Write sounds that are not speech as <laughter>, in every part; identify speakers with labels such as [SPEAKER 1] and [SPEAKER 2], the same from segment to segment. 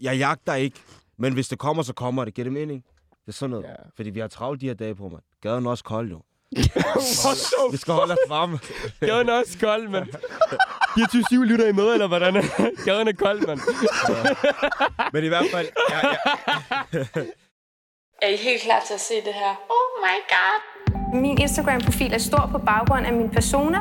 [SPEAKER 1] jeg jagter ikke, men hvis det kommer, så kommer det. Giver det mening? Det er sådan noget.
[SPEAKER 2] Ja.
[SPEAKER 1] Yeah. Fordi vi har travlt de her dage på, mand. Gaden er også kold, jo.
[SPEAKER 2] What the
[SPEAKER 1] Vi skal holde os varme. <laughs>
[SPEAKER 2] Gaden er også kold, mand. 24-7 lytter I med, eller hvordan? Gaden er kold, mand.
[SPEAKER 1] men i hvert fald, jeg, jeg,
[SPEAKER 3] Er I helt klar til at se det her?
[SPEAKER 4] Oh my god.
[SPEAKER 5] Min Instagram-profil er stor på baggrund af min persona.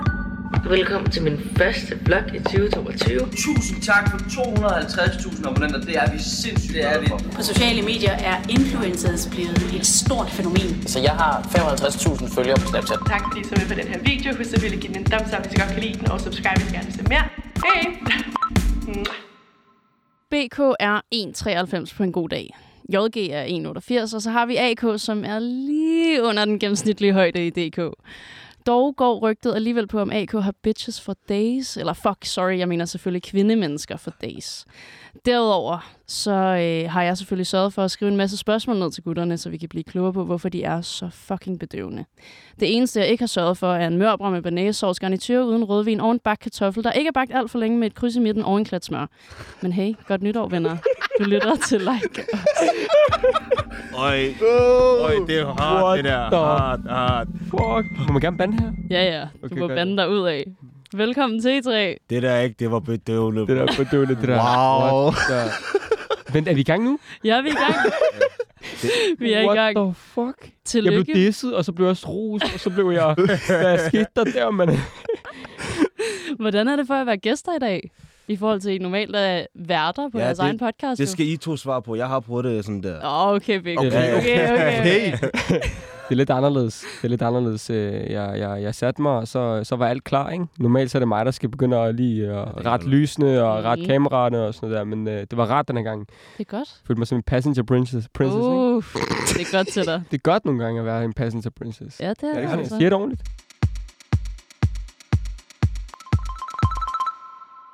[SPEAKER 6] Velkommen til min første vlog i 2022.
[SPEAKER 7] Tusind tak for 250.000 abonnenter. Det er vi sindssygt glade for.
[SPEAKER 8] På sociale medier er influencers blevet et stort fænomen.
[SPEAKER 9] Så jeg har 55.000 følgere på Snapchat.
[SPEAKER 10] Tak fordi I så med på den her video. Husk at ville give den en thumbs up, hvis I godt kan lide den, og subscribe, hvis I gerne vil se mere. Hej! Mwah.
[SPEAKER 11] BK er 1,93 på en god dag. JG er 1,88, og så har vi AK, som er lige under den gennemsnitlige højde i DK. Dog går rygtet alligevel på, om AK har bitches for days, eller fuck, sorry, jeg mener selvfølgelig kvindemennesker for days. Derudover så øh, har jeg selvfølgelig sørget for at skrive en masse spørgsmål ned til gutterne, så vi kan blive klogere på, hvorfor de er så fucking bedøvende. Det eneste, jeg ikke har sørget for, er en mørbrød med banæsovs, garnityr uden rødvin og en bagt kartoffel, der ikke er bagt alt for længe med et kryds i midten og en klat smør. Men hey, godt nytår, venner. Du lytter til like.
[SPEAKER 1] øj,
[SPEAKER 2] Oh,
[SPEAKER 1] øj, det er
[SPEAKER 2] what
[SPEAKER 1] hårdt, det der.
[SPEAKER 2] the
[SPEAKER 1] Hard, hard.
[SPEAKER 2] fuck. Må man gerne bande her?
[SPEAKER 11] Ja, ja. Du
[SPEAKER 2] Okay,
[SPEAKER 11] okay, må
[SPEAKER 2] godt.
[SPEAKER 11] bande dig ud af. Velkommen til E E3.
[SPEAKER 1] Det der ikke, det var bedøvende.
[SPEAKER 2] Det der bedøvende, det der.
[SPEAKER 12] Wow.
[SPEAKER 2] What the- Vent, er vi i gang nu?
[SPEAKER 11] Ja, vi er i gang. vi er i
[SPEAKER 2] What
[SPEAKER 11] gang.
[SPEAKER 2] the fuck? Jeg blev
[SPEAKER 11] Tillykke.
[SPEAKER 2] disset, og så blev jeg også rost, og så blev jeg... Hvad skete der der, mand?
[SPEAKER 11] Hvordan er det for at være gæster i dag? I forhold til, at I normalt er værter på
[SPEAKER 1] Ja,
[SPEAKER 11] ja, jeres
[SPEAKER 1] det-
[SPEAKER 11] egen podcast.
[SPEAKER 1] Det
[SPEAKER 11] jo?
[SPEAKER 1] skal I to svare på. Jeg har prøvet det sådan der.
[SPEAKER 11] Åh, oh, okay, Big.
[SPEAKER 1] Okay.
[SPEAKER 11] Okay, okay, okay. okay.
[SPEAKER 2] Det er lidt anderledes. Det er lidt anderledes. Øh, Jeg, jeg, jeg satte mig, og så, så var alt klar, ikke? Normalt så er det mig, der skal begynde at lige øh,
[SPEAKER 1] det er
[SPEAKER 2] rette
[SPEAKER 1] noget.
[SPEAKER 2] lysene og rette
[SPEAKER 11] Mhm.
[SPEAKER 2] kameraerne og sådan noget der, men øh, det var rart den her gang. Jeg
[SPEAKER 11] Det er godt.
[SPEAKER 2] følte mig som en passenger princess, princess ikke?
[SPEAKER 11] Uh, det er godt til dig.
[SPEAKER 2] Det er godt nogle gange at være en passenger princess.
[SPEAKER 11] Ja, det er,
[SPEAKER 2] Er det
[SPEAKER 11] det
[SPEAKER 2] ikke sådan, jeg
[SPEAKER 11] altså.
[SPEAKER 2] siger det ordentligt?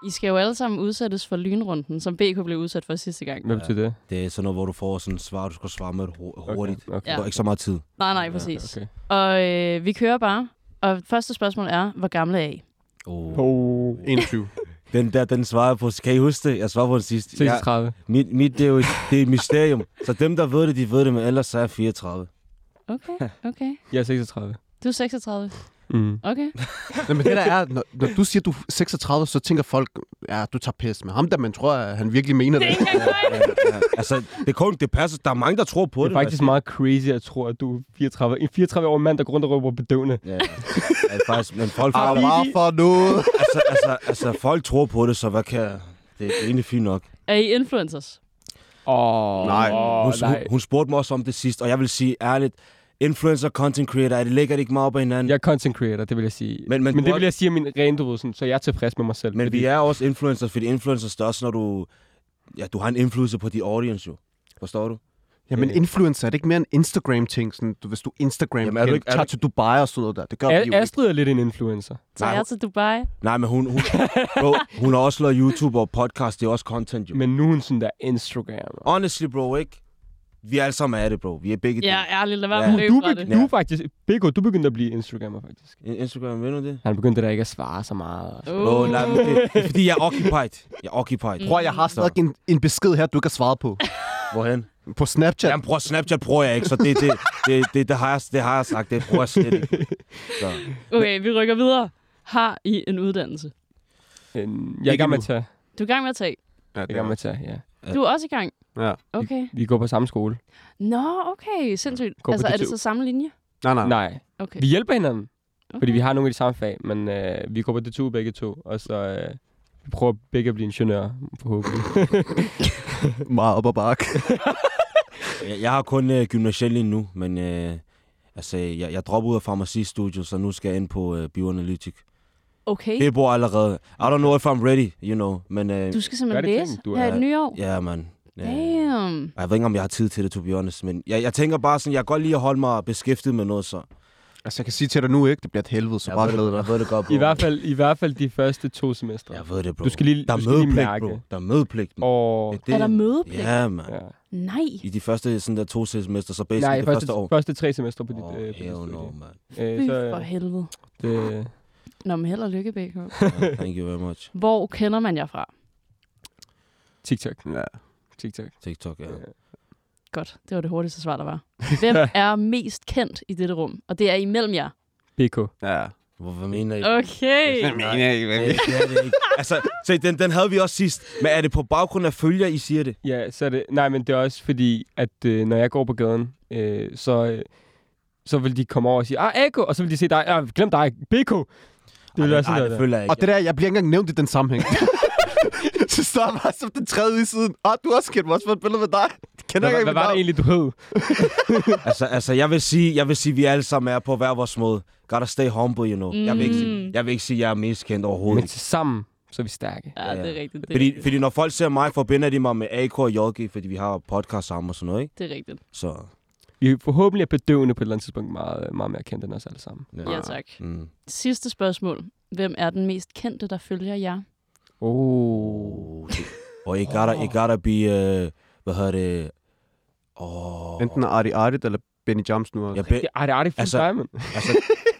[SPEAKER 11] I skal jo alle sammen udsættes for lynrunden, som BK blev udsat for sidste gang.
[SPEAKER 2] Hvad betyder det?
[SPEAKER 1] Det er sådan noget, hvor du får sådan et svar, du skal svare med det hu- hurtigt. Okay.
[SPEAKER 2] Okay.
[SPEAKER 1] Der
[SPEAKER 11] Ja.
[SPEAKER 1] er ikke så meget tid.
[SPEAKER 11] Nej, nej, præcis.
[SPEAKER 2] Okay.
[SPEAKER 11] Og øh, vi kører bare. Og første spørgsmål er, hvor gamle er I?
[SPEAKER 1] Oh.
[SPEAKER 2] Oh,
[SPEAKER 12] <laughs>
[SPEAKER 2] 21.
[SPEAKER 1] Den der, den svarer jeg på. Kan I huske det? Jeg svarer på den sidste. Ja,
[SPEAKER 2] 36.
[SPEAKER 1] mit, mit, det er jo et, det er et mysterium. Så dem, der ved det, de ved det, men ellers så er jeg
[SPEAKER 2] <laughs>
[SPEAKER 1] 34.
[SPEAKER 11] Okay, okay.
[SPEAKER 2] Jeg er 36.
[SPEAKER 11] Du er 36.
[SPEAKER 2] Mm.
[SPEAKER 11] Okay.
[SPEAKER 12] Nå, men det der er, når, når du siger, du er 36, så tænker folk, ja, du tager pis med ham, der man tror, at han virkelig mener det.
[SPEAKER 1] Altså, det er kun, det passer. Der er mange, der tror på
[SPEAKER 2] Det
[SPEAKER 1] det.
[SPEAKER 2] er faktisk meget crazy, jeg tror, at du er 34. En 34-årig mand, der går rundt og råber bedøvende.
[SPEAKER 1] Ja, ja, det er faktisk, men folk,
[SPEAKER 12] Ah,
[SPEAKER 1] folk,
[SPEAKER 12] hvad for noget?
[SPEAKER 1] altså, altså, altså, folk tror på det, så hvad kan jeg? Det er egentlig fint nok.
[SPEAKER 11] Er I influencers?
[SPEAKER 2] Åh, oh,
[SPEAKER 12] Nej.
[SPEAKER 1] Hun,
[SPEAKER 2] Oh,
[SPEAKER 1] oh, hun,
[SPEAKER 2] nej.
[SPEAKER 1] hun spurgte mig også om det sidst, og jeg vil sige ærligt, influencer, content creator, er det ligger det ikke meget op ad hinanden?
[SPEAKER 2] Jeg er content creator, det vil jeg sige.
[SPEAKER 1] Men- men
[SPEAKER 2] men
[SPEAKER 1] du
[SPEAKER 2] det
[SPEAKER 1] har-
[SPEAKER 2] vil jeg sige er min ren, du ved, sådan, så jeg er tilfreds med mig selv.
[SPEAKER 1] Men
[SPEAKER 2] fordi
[SPEAKER 1] vi er også influencers, fordi influencers det er også, når du... Ja, du har en indflydelse på dit audience, jo. Forstår du?
[SPEAKER 12] Jamen, influencer, er det ikke mere en Instagram-ting? Sådan, du, hvis du instagram
[SPEAKER 1] Jamen,
[SPEAKER 12] Jamen,
[SPEAKER 1] er du
[SPEAKER 12] du
[SPEAKER 1] ikke- er
[SPEAKER 12] tager
[SPEAKER 1] du-
[SPEAKER 12] til Dubai og sådan noget der. Det gør vi jo
[SPEAKER 2] A-
[SPEAKER 12] ikke.
[SPEAKER 2] Astrid er lidt en influencer.
[SPEAKER 11] Så jeg
[SPEAKER 1] Nej,
[SPEAKER 11] er til Dubai.
[SPEAKER 1] Nej, men hun, hun, bro, hun har også lavet YouTube og podcast, det er også content, jo. Men...
[SPEAKER 2] Men nu er hun sådan der Instagram.
[SPEAKER 1] Honestly, bro, ikke? Vi er alle sammen af det, bro. Vi er begge
[SPEAKER 11] Ja, ærligt, lad være
[SPEAKER 1] Ja.
[SPEAKER 11] med at løbe
[SPEAKER 2] Du,
[SPEAKER 11] fra
[SPEAKER 2] be-
[SPEAKER 11] det.
[SPEAKER 2] du er faktisk... Bego, du begyndte at blive Instagrammer, faktisk.
[SPEAKER 1] dele. Instagram, ved du det?
[SPEAKER 2] Han begyndte da ikke at svare så meget.
[SPEAKER 11] Uh.
[SPEAKER 1] Bro, nej, men det, det er fordi, jeg er occupied. Jeg er occupied.
[SPEAKER 12] Prøv, jeg har stadig en, en besked her, du ikke har svaret på.
[SPEAKER 1] Hvorhen?
[SPEAKER 12] På Snapchat.
[SPEAKER 1] Jamen, bror, Snapchat bruger jeg ikke, så det, det, det, det, det, har, jeg, det har jeg sagt. Det bruger jeg slet ikke. Så.
[SPEAKER 11] Okay, vi rykker videre. Har I en uddannelse?
[SPEAKER 2] Øhm, Jeg er i
[SPEAKER 12] Ikke
[SPEAKER 2] gang med at
[SPEAKER 12] endnu.
[SPEAKER 2] tage. Jeg
[SPEAKER 11] Du er i gang med at tage.
[SPEAKER 12] Ja,
[SPEAKER 2] er i gang med at tage, ja.
[SPEAKER 11] Du er også i gang?
[SPEAKER 12] Ja.
[SPEAKER 11] Okay.
[SPEAKER 2] Vi går på samme skole.
[SPEAKER 11] Nå, okay. Sindssygt.
[SPEAKER 2] Går på
[SPEAKER 11] altså,
[SPEAKER 2] det
[SPEAKER 11] er det
[SPEAKER 2] tid.
[SPEAKER 11] så samme linje?
[SPEAKER 12] Nej, nej.
[SPEAKER 2] Nej.
[SPEAKER 11] Okay.
[SPEAKER 2] Vi hjælper hinanden,
[SPEAKER 11] okay.
[SPEAKER 2] fordi vi har nogle af de samme fag, men øh, vi går på DTU begge to, og så øh, vi prøver begge at blive ingeniører, forhåbentlig.
[SPEAKER 12] Meget op ad
[SPEAKER 1] <laughs>
[SPEAKER 12] bakke.
[SPEAKER 1] Jeg, jeg har kun øh, gymnasiel lige nu, men øh, altså, jeg, jeg dropper ud af farmacistudiet, så nu skal jeg ind på øh, bioanalytik.
[SPEAKER 11] Okay.
[SPEAKER 1] Det bor allerede. I don't know if I'm ready, you know, men øh,
[SPEAKER 11] Du skal
[SPEAKER 2] Hvad er det,
[SPEAKER 11] simpelthen læse
[SPEAKER 2] Clemen? Du
[SPEAKER 11] her
[SPEAKER 1] er-
[SPEAKER 11] i New York.
[SPEAKER 1] ja, man. Ja.
[SPEAKER 11] Damn.
[SPEAKER 1] Jeg ved ikke, om jeg har tid til det, to be honest, men jeg, jeg tænker bare sådan, jeg kan godt lige at holde mig beskæftiget med noget, så.
[SPEAKER 12] Altså, jeg kan sige til dig nu ikke, det bliver et helvede, så
[SPEAKER 1] Jeg
[SPEAKER 12] bare
[SPEAKER 1] ved,
[SPEAKER 12] glæd
[SPEAKER 1] det,
[SPEAKER 12] dig.
[SPEAKER 1] jeg ved det godt, bro.
[SPEAKER 2] I hvert fald, i hvert fald de første to semestre.
[SPEAKER 1] Jeg ved det, bro.
[SPEAKER 2] Du skal lige,
[SPEAKER 1] der
[SPEAKER 2] du
[SPEAKER 1] er
[SPEAKER 2] skal lige
[SPEAKER 1] mødepligt,
[SPEAKER 2] mærke.
[SPEAKER 1] bro. Der er mødepligt. man.
[SPEAKER 2] Og,
[SPEAKER 1] Det-
[SPEAKER 11] Er der mødepligt?
[SPEAKER 1] Ja, man.
[SPEAKER 2] ja.
[SPEAKER 11] Nej.
[SPEAKER 1] I de første sådan der to semester, så basically
[SPEAKER 2] Nej,
[SPEAKER 1] det
[SPEAKER 2] første,
[SPEAKER 1] første år.
[SPEAKER 2] første tre semestre på dit,
[SPEAKER 1] Åh,
[SPEAKER 2] oh, øh, på dit
[SPEAKER 1] hell no,
[SPEAKER 2] studie.
[SPEAKER 1] man.
[SPEAKER 2] Øh,
[SPEAKER 11] Fy
[SPEAKER 2] så,
[SPEAKER 11] for helvede.
[SPEAKER 2] det,
[SPEAKER 11] Nå, men held og
[SPEAKER 2] <laughs>
[SPEAKER 11] lykke, BK.
[SPEAKER 1] Yeah, Thank you very much.
[SPEAKER 11] Hvor kender man jer fra?
[SPEAKER 2] TikTok.
[SPEAKER 12] Ja.
[SPEAKER 2] TikTok.
[SPEAKER 1] TikTok, ja.
[SPEAKER 11] Godt, det var det hurtigste svar, der var. Hvem
[SPEAKER 1] <laughs>
[SPEAKER 11] er mest kendt i dette rum? Og det er imellem jer.
[SPEAKER 2] BK.
[SPEAKER 12] Ja.
[SPEAKER 1] Hvorfor mener I?
[SPEAKER 11] Okay.
[SPEAKER 1] mener ikke, hvad det er det ikke. Altså, se, den, den havde vi også sidst. Men er det på baggrund af følger, I siger det?
[SPEAKER 2] Ja, så er det... Nej, men det er også fordi, at øh, når jeg går på gaden, øh, så, øh, så vil de komme over og sige, ah, AK, og så vil de se dig, ah, glem dig, BK. Det vil
[SPEAKER 1] Ej,
[SPEAKER 2] være sådan
[SPEAKER 1] ej, det
[SPEAKER 2] noget der.
[SPEAKER 1] føler jeg ikke.
[SPEAKER 12] Og det der, jeg bliver ikke engang nævnt i den
[SPEAKER 2] <laughs>
[SPEAKER 12] sammenhæng. så står jeg bare som den tredje i siden. Åh, du har også kendt mig også for et billede med dig. Jeg Kender
[SPEAKER 2] Hvad,
[SPEAKER 12] ikke
[SPEAKER 2] hvad var det
[SPEAKER 12] engang mit
[SPEAKER 2] egentlig, du hed?
[SPEAKER 1] Altså, altså jeg, vil sige, jeg vil sige, at vi alle sammen er på hver vores måde. Gotta stay humble, you know. Mm. Jeg, vil ikke, sige- jeg vil ikke sige, at jeg er mest kendt overhovedet.
[SPEAKER 2] Men til sammen, så er vi stærke.
[SPEAKER 11] Ja, det er rigtigt. Det er,
[SPEAKER 1] Fordi,
[SPEAKER 11] rigtigt.
[SPEAKER 1] fordi når folk ser mig, forbinder de mig med AK og JG, fordi vi har podcast sammen og sådan noget, ikke?
[SPEAKER 11] Det er rigtigt.
[SPEAKER 1] Så,
[SPEAKER 2] Vi er forhåbentlig bedøvende på et eller andet tidspunkt meget, øh, meget mere kendt end os alle sammen.
[SPEAKER 11] Ja, tak.
[SPEAKER 1] Mm.
[SPEAKER 11] Sidste spørgsmål. Hvem er den mest kendte, der følger jer?
[SPEAKER 2] Oh.
[SPEAKER 1] Oh, det- og I gotta, I gotta be, uh, hvad hedder det? Åh,
[SPEAKER 12] navn. Enten Arti Artit eller Benny Jams nu.
[SPEAKER 1] jeg
[SPEAKER 12] Yep.
[SPEAKER 1] be,
[SPEAKER 2] Ej, det er det fuldt
[SPEAKER 1] Altså-
[SPEAKER 2] altså, diamond.
[SPEAKER 1] altså,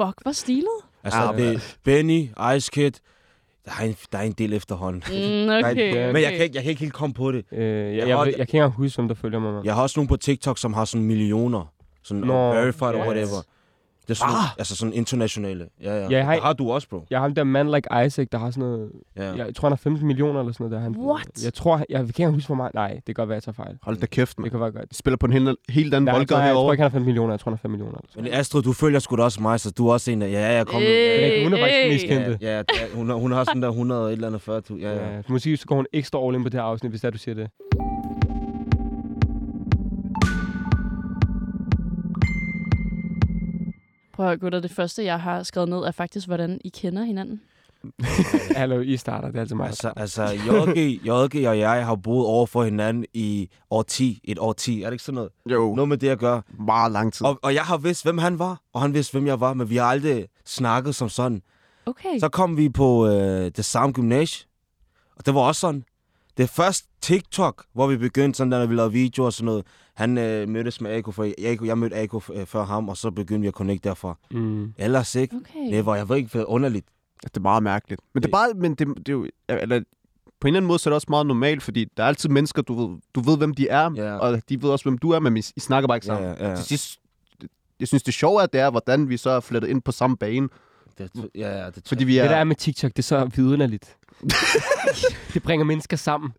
[SPEAKER 11] Fuck, hvor stilet.
[SPEAKER 1] altså
[SPEAKER 12] Ah,
[SPEAKER 1] det, er Benny, Ice Kid, der er en, der er en del efterhånden.
[SPEAKER 11] Mm,
[SPEAKER 1] Der er en-
[SPEAKER 11] okay, okay.
[SPEAKER 1] Men jeg kan, ikke, jeg kan ikke helt komme på det.
[SPEAKER 2] Øh, jeg, jeg,
[SPEAKER 1] har-
[SPEAKER 2] jeg, jeg, kan ikke engang huske, hvem der følger mig. mand.
[SPEAKER 1] Jeg har også nogen på TikTok, som har sådan millioner. Sådan
[SPEAKER 2] Nå,
[SPEAKER 1] Nå, verified yes.
[SPEAKER 2] yes.
[SPEAKER 1] whatever. Det er sådan, ah. altså sådan internationale. Ja, ja.
[SPEAKER 2] jeg har-
[SPEAKER 1] Det har du også, bro.
[SPEAKER 2] Jeg har ham der mand like Isaac, der har sådan noget...
[SPEAKER 1] Ja.
[SPEAKER 2] Jeg tror, han har 15 millioner eller sådan noget. Der. Han,
[SPEAKER 11] What?
[SPEAKER 2] Jeg tror, jeg, jeg kan ikke engang huske, hvor meget... Nej, det kan godt være, jeg tager fejl.
[SPEAKER 12] Hold da kæft,
[SPEAKER 2] Det
[SPEAKER 12] man.
[SPEAKER 2] kan være godt.
[SPEAKER 12] De spiller på en helt, helt anden
[SPEAKER 2] Nej, jeg, tror,
[SPEAKER 12] boldgade
[SPEAKER 2] jeg, jeg tror
[SPEAKER 12] herovre.
[SPEAKER 2] ikke, han har 5 millioner. Jeg tror, han har 5 millioner. Eller sådan.
[SPEAKER 1] Men Astrid, du følger sgu da også mig, så du er også en af... Ja, ja, jeg kom nu.
[SPEAKER 11] Øh,
[SPEAKER 1] Ja,
[SPEAKER 2] noget. Hun er faktisk den mest
[SPEAKER 11] øh.
[SPEAKER 2] kendte.
[SPEAKER 1] ja, ja, hun, har- hun har sådan der 100 og et eller andet 40.000. Ja, ja.
[SPEAKER 2] Ja, måske Øh, så går hun ekstra all in på det her afsnit, hvis det er, du siger det.
[SPEAKER 11] Prøv at gå der. Det første, jeg har skrevet ned, er faktisk, hvordan I kender hinanden.
[SPEAKER 2] Hallo, I starter. Det er altid mig.
[SPEAKER 1] Altså, altså JG, JG og jeg har boet over for hinanden i årti, et årti. Er det ikke sådan noget?
[SPEAKER 12] Jo,
[SPEAKER 1] Noget med det at gøre.
[SPEAKER 12] meget lang tid.
[SPEAKER 1] Og, og jeg har vidst, hvem han var, og han vidste, hvem jeg var, men vi har aldrig snakket som sådan.
[SPEAKER 11] Okay.
[SPEAKER 1] Så kom vi på øh, det samme gymnasie, og det var også sådan. Det er først TikTok, hvor vi begyndte sådan der, når vi lavede videoer og sådan noget. Han øh, mødtes med AK, for AK, jeg mødte AK f- øh, før ham, og så begyndte vi at connecte derfra.
[SPEAKER 2] Mm.
[SPEAKER 1] Ellers ikke.
[SPEAKER 11] Okay.
[SPEAKER 1] Det var, jeg ved ikke, hvad underligt.
[SPEAKER 12] Det er meget mærkeligt. Men det er bare, men det, det er jo, eller, på en eller anden måde så er det også meget normalt, fordi der er altid mennesker, du ved, du ved hvem de er,
[SPEAKER 1] Ja.
[SPEAKER 12] og de ved også, hvem du er, men I, I snakker bare ikke sammen.
[SPEAKER 1] ja, ja.
[SPEAKER 12] Til sidst, jeg synes, det sjove er, det er, hvordan vi så er flettet ind på samme bane.
[SPEAKER 1] Det, ja, ja, det
[SPEAKER 12] Fordi vi
[SPEAKER 2] Ja. Det der er
[SPEAKER 12] er...
[SPEAKER 2] med TikTok, det er så vidunderligt. det bringer mennesker sammen.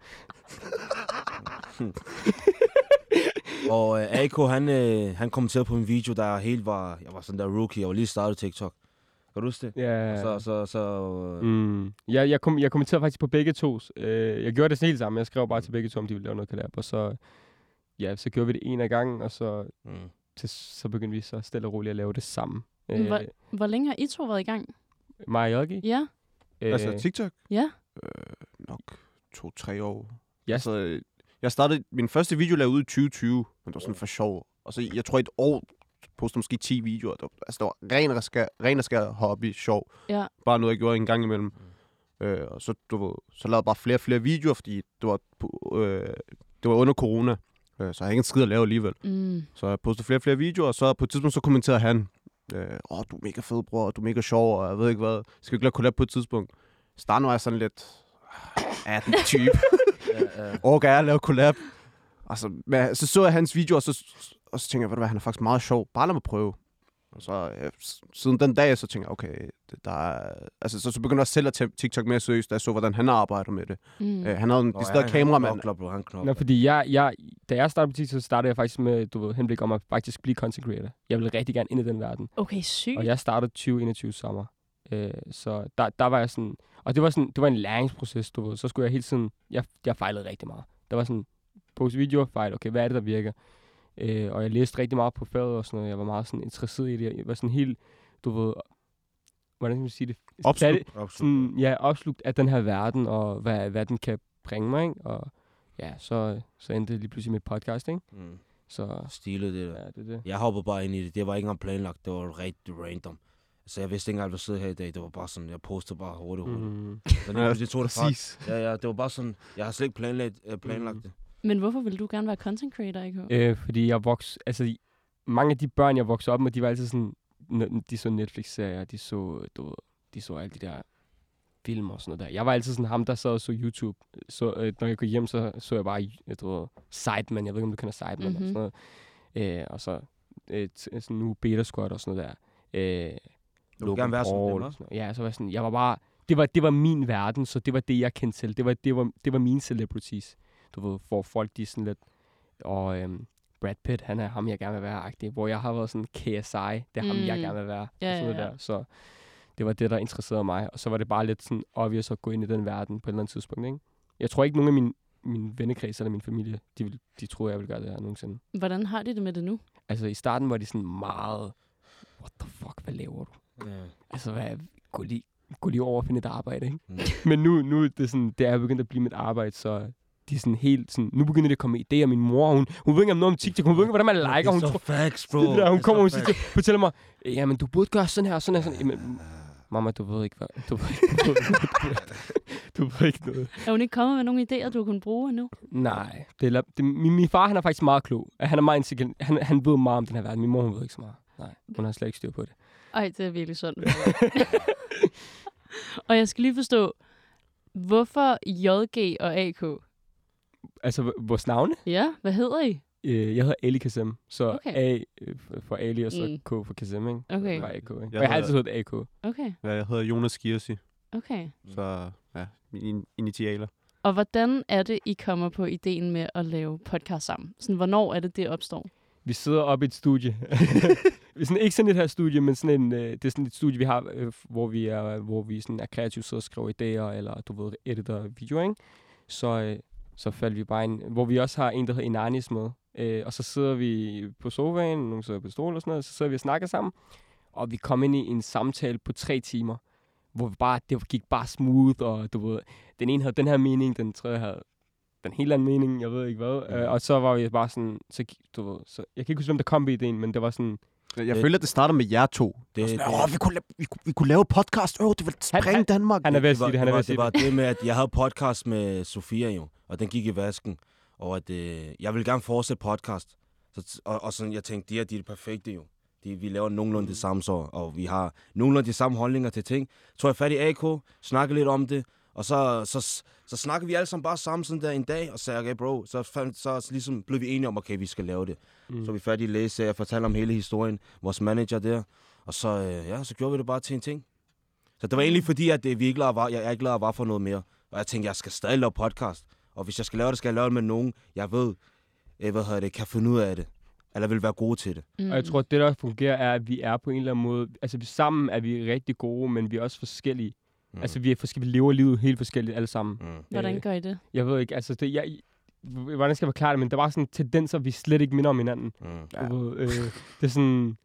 [SPEAKER 1] Og øh, AK, han, øh, han kommenterede på en video, der helt var... Jeg var sådan der rookie, jeg var lige startet TikTok. Kan du huske det?
[SPEAKER 2] Ja.
[SPEAKER 1] Så, så, så... Øh,
[SPEAKER 2] Mm. Jeg, jeg, kom, jeg kommenterede faktisk på begge tos. Øh, jeg gjorde det sådan helt sammen. Jeg skrev bare til begge to, om de ville lave noget collab. Og så, ja, så gjorde vi det en af gangen, og så,
[SPEAKER 1] mm.
[SPEAKER 2] til, så begyndte vi så stille og roligt at lave det sammen. Øh,
[SPEAKER 11] Men hvor- Hvor længe har I to været i gang?
[SPEAKER 2] mig og Jokke.
[SPEAKER 11] Ja.
[SPEAKER 2] Øh,
[SPEAKER 12] Altså TikTok?
[SPEAKER 11] Ja.
[SPEAKER 12] Øh, nok to-tre år.
[SPEAKER 2] Ja.
[SPEAKER 12] Altså, øh, jeg startede... Min første video lavede ud i 2020, men det var sådan for sjov. Og så, jeg tror, i et år postede måske 10 videoer. Det var, altså, det var ren og skær, ren og skær hobby, sjov.
[SPEAKER 11] Ja.
[SPEAKER 12] Bare noget, jeg gjorde en gang imellem. Øh, og så, du ved, så lavede jeg bare flere og flere videoer, fordi det var, på- øh, det var under corona. Øh, så jeg havde ikke en skid at lave alligevel.
[SPEAKER 11] Mm.
[SPEAKER 12] Så jeg postede flere og flere videoer, og så på et tidspunkt så kommenterede han, øh, åh, du er mega fed, bror, du er mega sjov, og jeg ved ikke hvad, skal vi ikke lave collab på et tidspunkt? Så der nu er jeg sådan lidt, ja, den type,
[SPEAKER 1] <laughs> ja, ja.
[SPEAKER 12] orker jeg at lave collab? Altså, men, så så jeg hans video, og så, og så tænkte jeg, ved du hvad, han er faktisk meget sjov, bare lad mig prøve. Og så øh, s- siden den dag, så tænkte jeg, okay, det, der er, altså, så, så begyndte jeg selv at tage TikTok mere seriøst, da jeg så, hvordan han arbejder med det.
[SPEAKER 11] Mm.
[SPEAKER 12] Mm. Øh, han havde en
[SPEAKER 1] Nå,
[SPEAKER 12] decideret
[SPEAKER 1] han- Han
[SPEAKER 12] kameramand.
[SPEAKER 1] knokler, bro, han
[SPEAKER 2] Nå,
[SPEAKER 1] knokler.
[SPEAKER 2] fordi jeg, jeg, da jeg startede på TikTok, så startede jeg faktisk med, du ved, henblik om at faktisk blive content creator. Jeg ville rigtig gerne ind i den verden.
[SPEAKER 11] Okay, sygt.
[SPEAKER 2] Og jeg startede 2021 sommer. Øh, så der, der var jeg sådan... Og det var, sådan, det var en læringsproces, du ved. Så skulle jeg hele tiden... Jeg, jeg fejlede rigtig meget. Der var sådan... Post videoer, fejl. Okay, hvad er det, der virker? Øh, og jeg læste rigtig meget på faget og sådan noget. Jeg var meget sådan interesseret i det. Jeg var sådan helt, du ved... Hvordan skal man sige det?
[SPEAKER 12] Opslugt.
[SPEAKER 2] Fat- sådan, ja, opslugt af den her verden, og hvad, hvad den kan bringe mig, ikke? Og ja, så, så endte det lige pludselig med podcast, ikke?
[SPEAKER 1] Mm.
[SPEAKER 2] Så
[SPEAKER 1] Stilet det der.
[SPEAKER 2] ja, det er det.
[SPEAKER 1] Jeg hoppede bare ind i det. Det var ikke engang planlagt. Det var rigtig random. Så jeg vidste ikke engang, at du sidder her i dag. Det var bare sådan, jeg postede bare hurtigt, hurtigt.
[SPEAKER 2] Mm.
[SPEAKER 1] Mm. Så lige pludselig tog det fra. Ja, ja, det var bare sådan, jeg har slet ikke planlagt, øh, planlagt
[SPEAKER 2] Mm.
[SPEAKER 1] det.
[SPEAKER 11] Men hvorfor vil du gerne være content creator, ikke?
[SPEAKER 2] Øh, fordi jeg voks, altså, mange af de børn, jeg voksede op med, de var altid sådan, n- de så Netflix-serier, de så, du ved, de så alle de der film og sådan noget der. Jeg var altid sådan ham, der sad og så YouTube. Så, øh, når jeg går hjem, så så jeg bare, jeg tror, Sideman. Jeg ved ikke, om du kender Sideman mm-hmm.
[SPEAKER 11] Mhm.
[SPEAKER 2] og sådan noget. Øh, og så øh, t- sådan nu Beta Squad og sådan noget der. Øh,
[SPEAKER 1] Du vil gerne være sådan dem,
[SPEAKER 2] og
[SPEAKER 1] hva'?
[SPEAKER 2] sådan noget. Ja, så var jeg sådan, jeg var bare, det var, det var min verden, så det var det, jeg kendte til. Det var, det var, det var mine celebrities. Du ved, hvor folk de er sådan lidt, og øhm, Brad Pitt, han er ham, jeg gerne vil være, agtig. Hvor jeg har været sådan, KSI, det er ham, jeg
[SPEAKER 11] Mm.
[SPEAKER 2] gerne vil være.
[SPEAKER 11] Ja,
[SPEAKER 2] og sådan noget
[SPEAKER 11] ja, ja.
[SPEAKER 2] Der. Så det var det, der interesserede mig. Og så var det bare lidt sådan obvious at gå ind i den verden på et eller andet tidspunkt, ikke? Jeg tror ikke, nogen af min, min vennekreds eller min familie, de, ville, de troede, jeg ville gøre det her nogensinde.
[SPEAKER 11] Hvordan har de det med det nu?
[SPEAKER 2] Altså i starten var de sådan meget, what the fuck, hvad laver du?
[SPEAKER 1] Ja.
[SPEAKER 2] Altså hvad, gå lige, gå lige over og finde et arbejde, ikke?
[SPEAKER 1] Mm.
[SPEAKER 2] Mm. <laughs> Men nu, nu er det sådan, det er begyndt at blive mit arbejde, så de er sådan helt sådan, nu begynder det at komme idéer. Min mor, hun, hun ved ikke om noget om TikTok, hun ved ikke, hvordan man liker. Hun,
[SPEAKER 1] Det er så
[SPEAKER 2] tror,
[SPEAKER 1] facts, bro.
[SPEAKER 2] <laughs> det der,
[SPEAKER 1] Det
[SPEAKER 2] hun
[SPEAKER 1] er
[SPEAKER 2] kommer,
[SPEAKER 1] så
[SPEAKER 2] hun
[SPEAKER 1] facts.
[SPEAKER 2] siger, til- fortæller mig, jamen du burde gøre sådan her, og sådan her, sådan. Jamen, mamma, du ved ikke, hvad, du ved, du, ved, du ved ikke noget.
[SPEAKER 11] Er hun ikke kommet med nogle idéer, du kunne bruge endnu?
[SPEAKER 2] Nej, det er, la- det, min, min far han er faktisk meget klog. Han er meget intelligent. Han, han ved meget om den her verden. Min mor hun ved ikke så meget. Nej, hun har slet ikke styr på det.
[SPEAKER 11] Ej, det er virkelig sundt. <laughs> og jeg skal lige forstå, hvorfor JG og AK?
[SPEAKER 2] Altså, v- vores navne?
[SPEAKER 11] Ja, hvad hedder I?
[SPEAKER 2] Øh, Jeg hedder Ali Kazem, så
[SPEAKER 11] Okay.
[SPEAKER 2] okay. A øh, for- for Ali, og så
[SPEAKER 11] Mm.
[SPEAKER 2] mm. K for Kazem, ikke?
[SPEAKER 11] Okay.
[SPEAKER 2] Det var AK, ikke? Og
[SPEAKER 12] Jeg
[SPEAKER 2] Jeg, jeg har altid
[SPEAKER 12] hedder-
[SPEAKER 2] heddet AK.
[SPEAKER 11] Okay,
[SPEAKER 12] Ja, jeg hedder Jonas Giersi,
[SPEAKER 11] okay.
[SPEAKER 12] så ja, mine initialer.
[SPEAKER 11] Og hvordan er det, I kommer på ideen med at lave podcast sammen? Sådan, hvornår er det, det opstår?
[SPEAKER 2] Vi sidder oppe i et studie. Vi er sådan, ikke sådan et her studie, men sådan en, øh, det er sådan et studie, vi har, øh, hvor vi er, hvor vi sådan er kreative, sidder og skriver idéer, eller du ved, editor videoer, ikke? Så, øh, så faldt vi bare ind, hvor vi også har en, der hedder Inanis med. Øh, og så sidder vi på sofaen, nogle sidder på stol og sådan noget, så sidder vi og snakker sammen, og vi kom ind i en samtale på tre timer, hvor vi bare, det gik bare smooth, og du ved, den ene havde den her mening, den tredje havde den helt anden mening, jeg ved ikke hvad. Mm. Øh, og så var vi bare sådan, så, gik- du ved, så, jeg kan ikke huske, hvem der kom med ideen, men det var sådan,
[SPEAKER 12] Jeg føler, at det starter med jer to.
[SPEAKER 1] Det, det,
[SPEAKER 12] Åh, vi kunne, la- vi, kunne, vi kunne lave podcast. Åh, det ville springe
[SPEAKER 2] han-
[SPEAKER 12] Danmark.
[SPEAKER 2] han er ved at
[SPEAKER 1] det, var,
[SPEAKER 2] sige det,
[SPEAKER 1] det,
[SPEAKER 2] han er ved
[SPEAKER 1] var,
[SPEAKER 2] at sige
[SPEAKER 1] det, var det med, at jeg havde podcast med Sofia jo, og den gik i vasken, og at øh, jeg ville gerne fortsætte podcast. Så, og, og sådan, jeg tænkte, de her, de er det perfekte jo. De, vi laver
[SPEAKER 2] Mm.
[SPEAKER 1] nogenlunde det samme så, og vi har nogenlunde de samme holdninger til ting. Så tog jeg fat i AK, snakkede lidt om det, og så, så, så, snakkede vi alle sammen bare sammen sådan der en dag, og sagde, okay bro, så, fandt, så, så ligesom blev vi enige om, okay, vi skal lave det. Mm. Så vi fat i læse, jeg fortalte om hele historien, vores manager der, og så, øh, ja, så gjorde vi det bare til en ting. Så det var egentlig fordi, at det, vi ikke lavede, var, jeg, jeg ikke lavede var for noget mere. Og jeg tænkte, jeg skal stadig lave podcast. Og hvis jeg skal lave det, skal jeg lave det med nogen, jeg ved, øh, hvad hedder det, kan finde ud af det. Eller vil være gode til det.
[SPEAKER 11] Mm.
[SPEAKER 2] Og jeg tror, at det, der fungerer, er, at vi er på en eller anden måde... Altså, vi, sammen er vi rigtig gode, men vi er også forskellige. Mm. Altså, vi, er forskellige, vi lever livet helt forskelligt alle sammen.
[SPEAKER 1] Mm.
[SPEAKER 11] Hvordan gør I det?
[SPEAKER 2] Jeg ved ikke, altså... Det, jeg, hvordan skal jeg forklare det? Men der var sådan tendenser, vi slet ikke minder om hinanden.
[SPEAKER 1] Mm.
[SPEAKER 2] Ja. Ved, øh, det er sådan...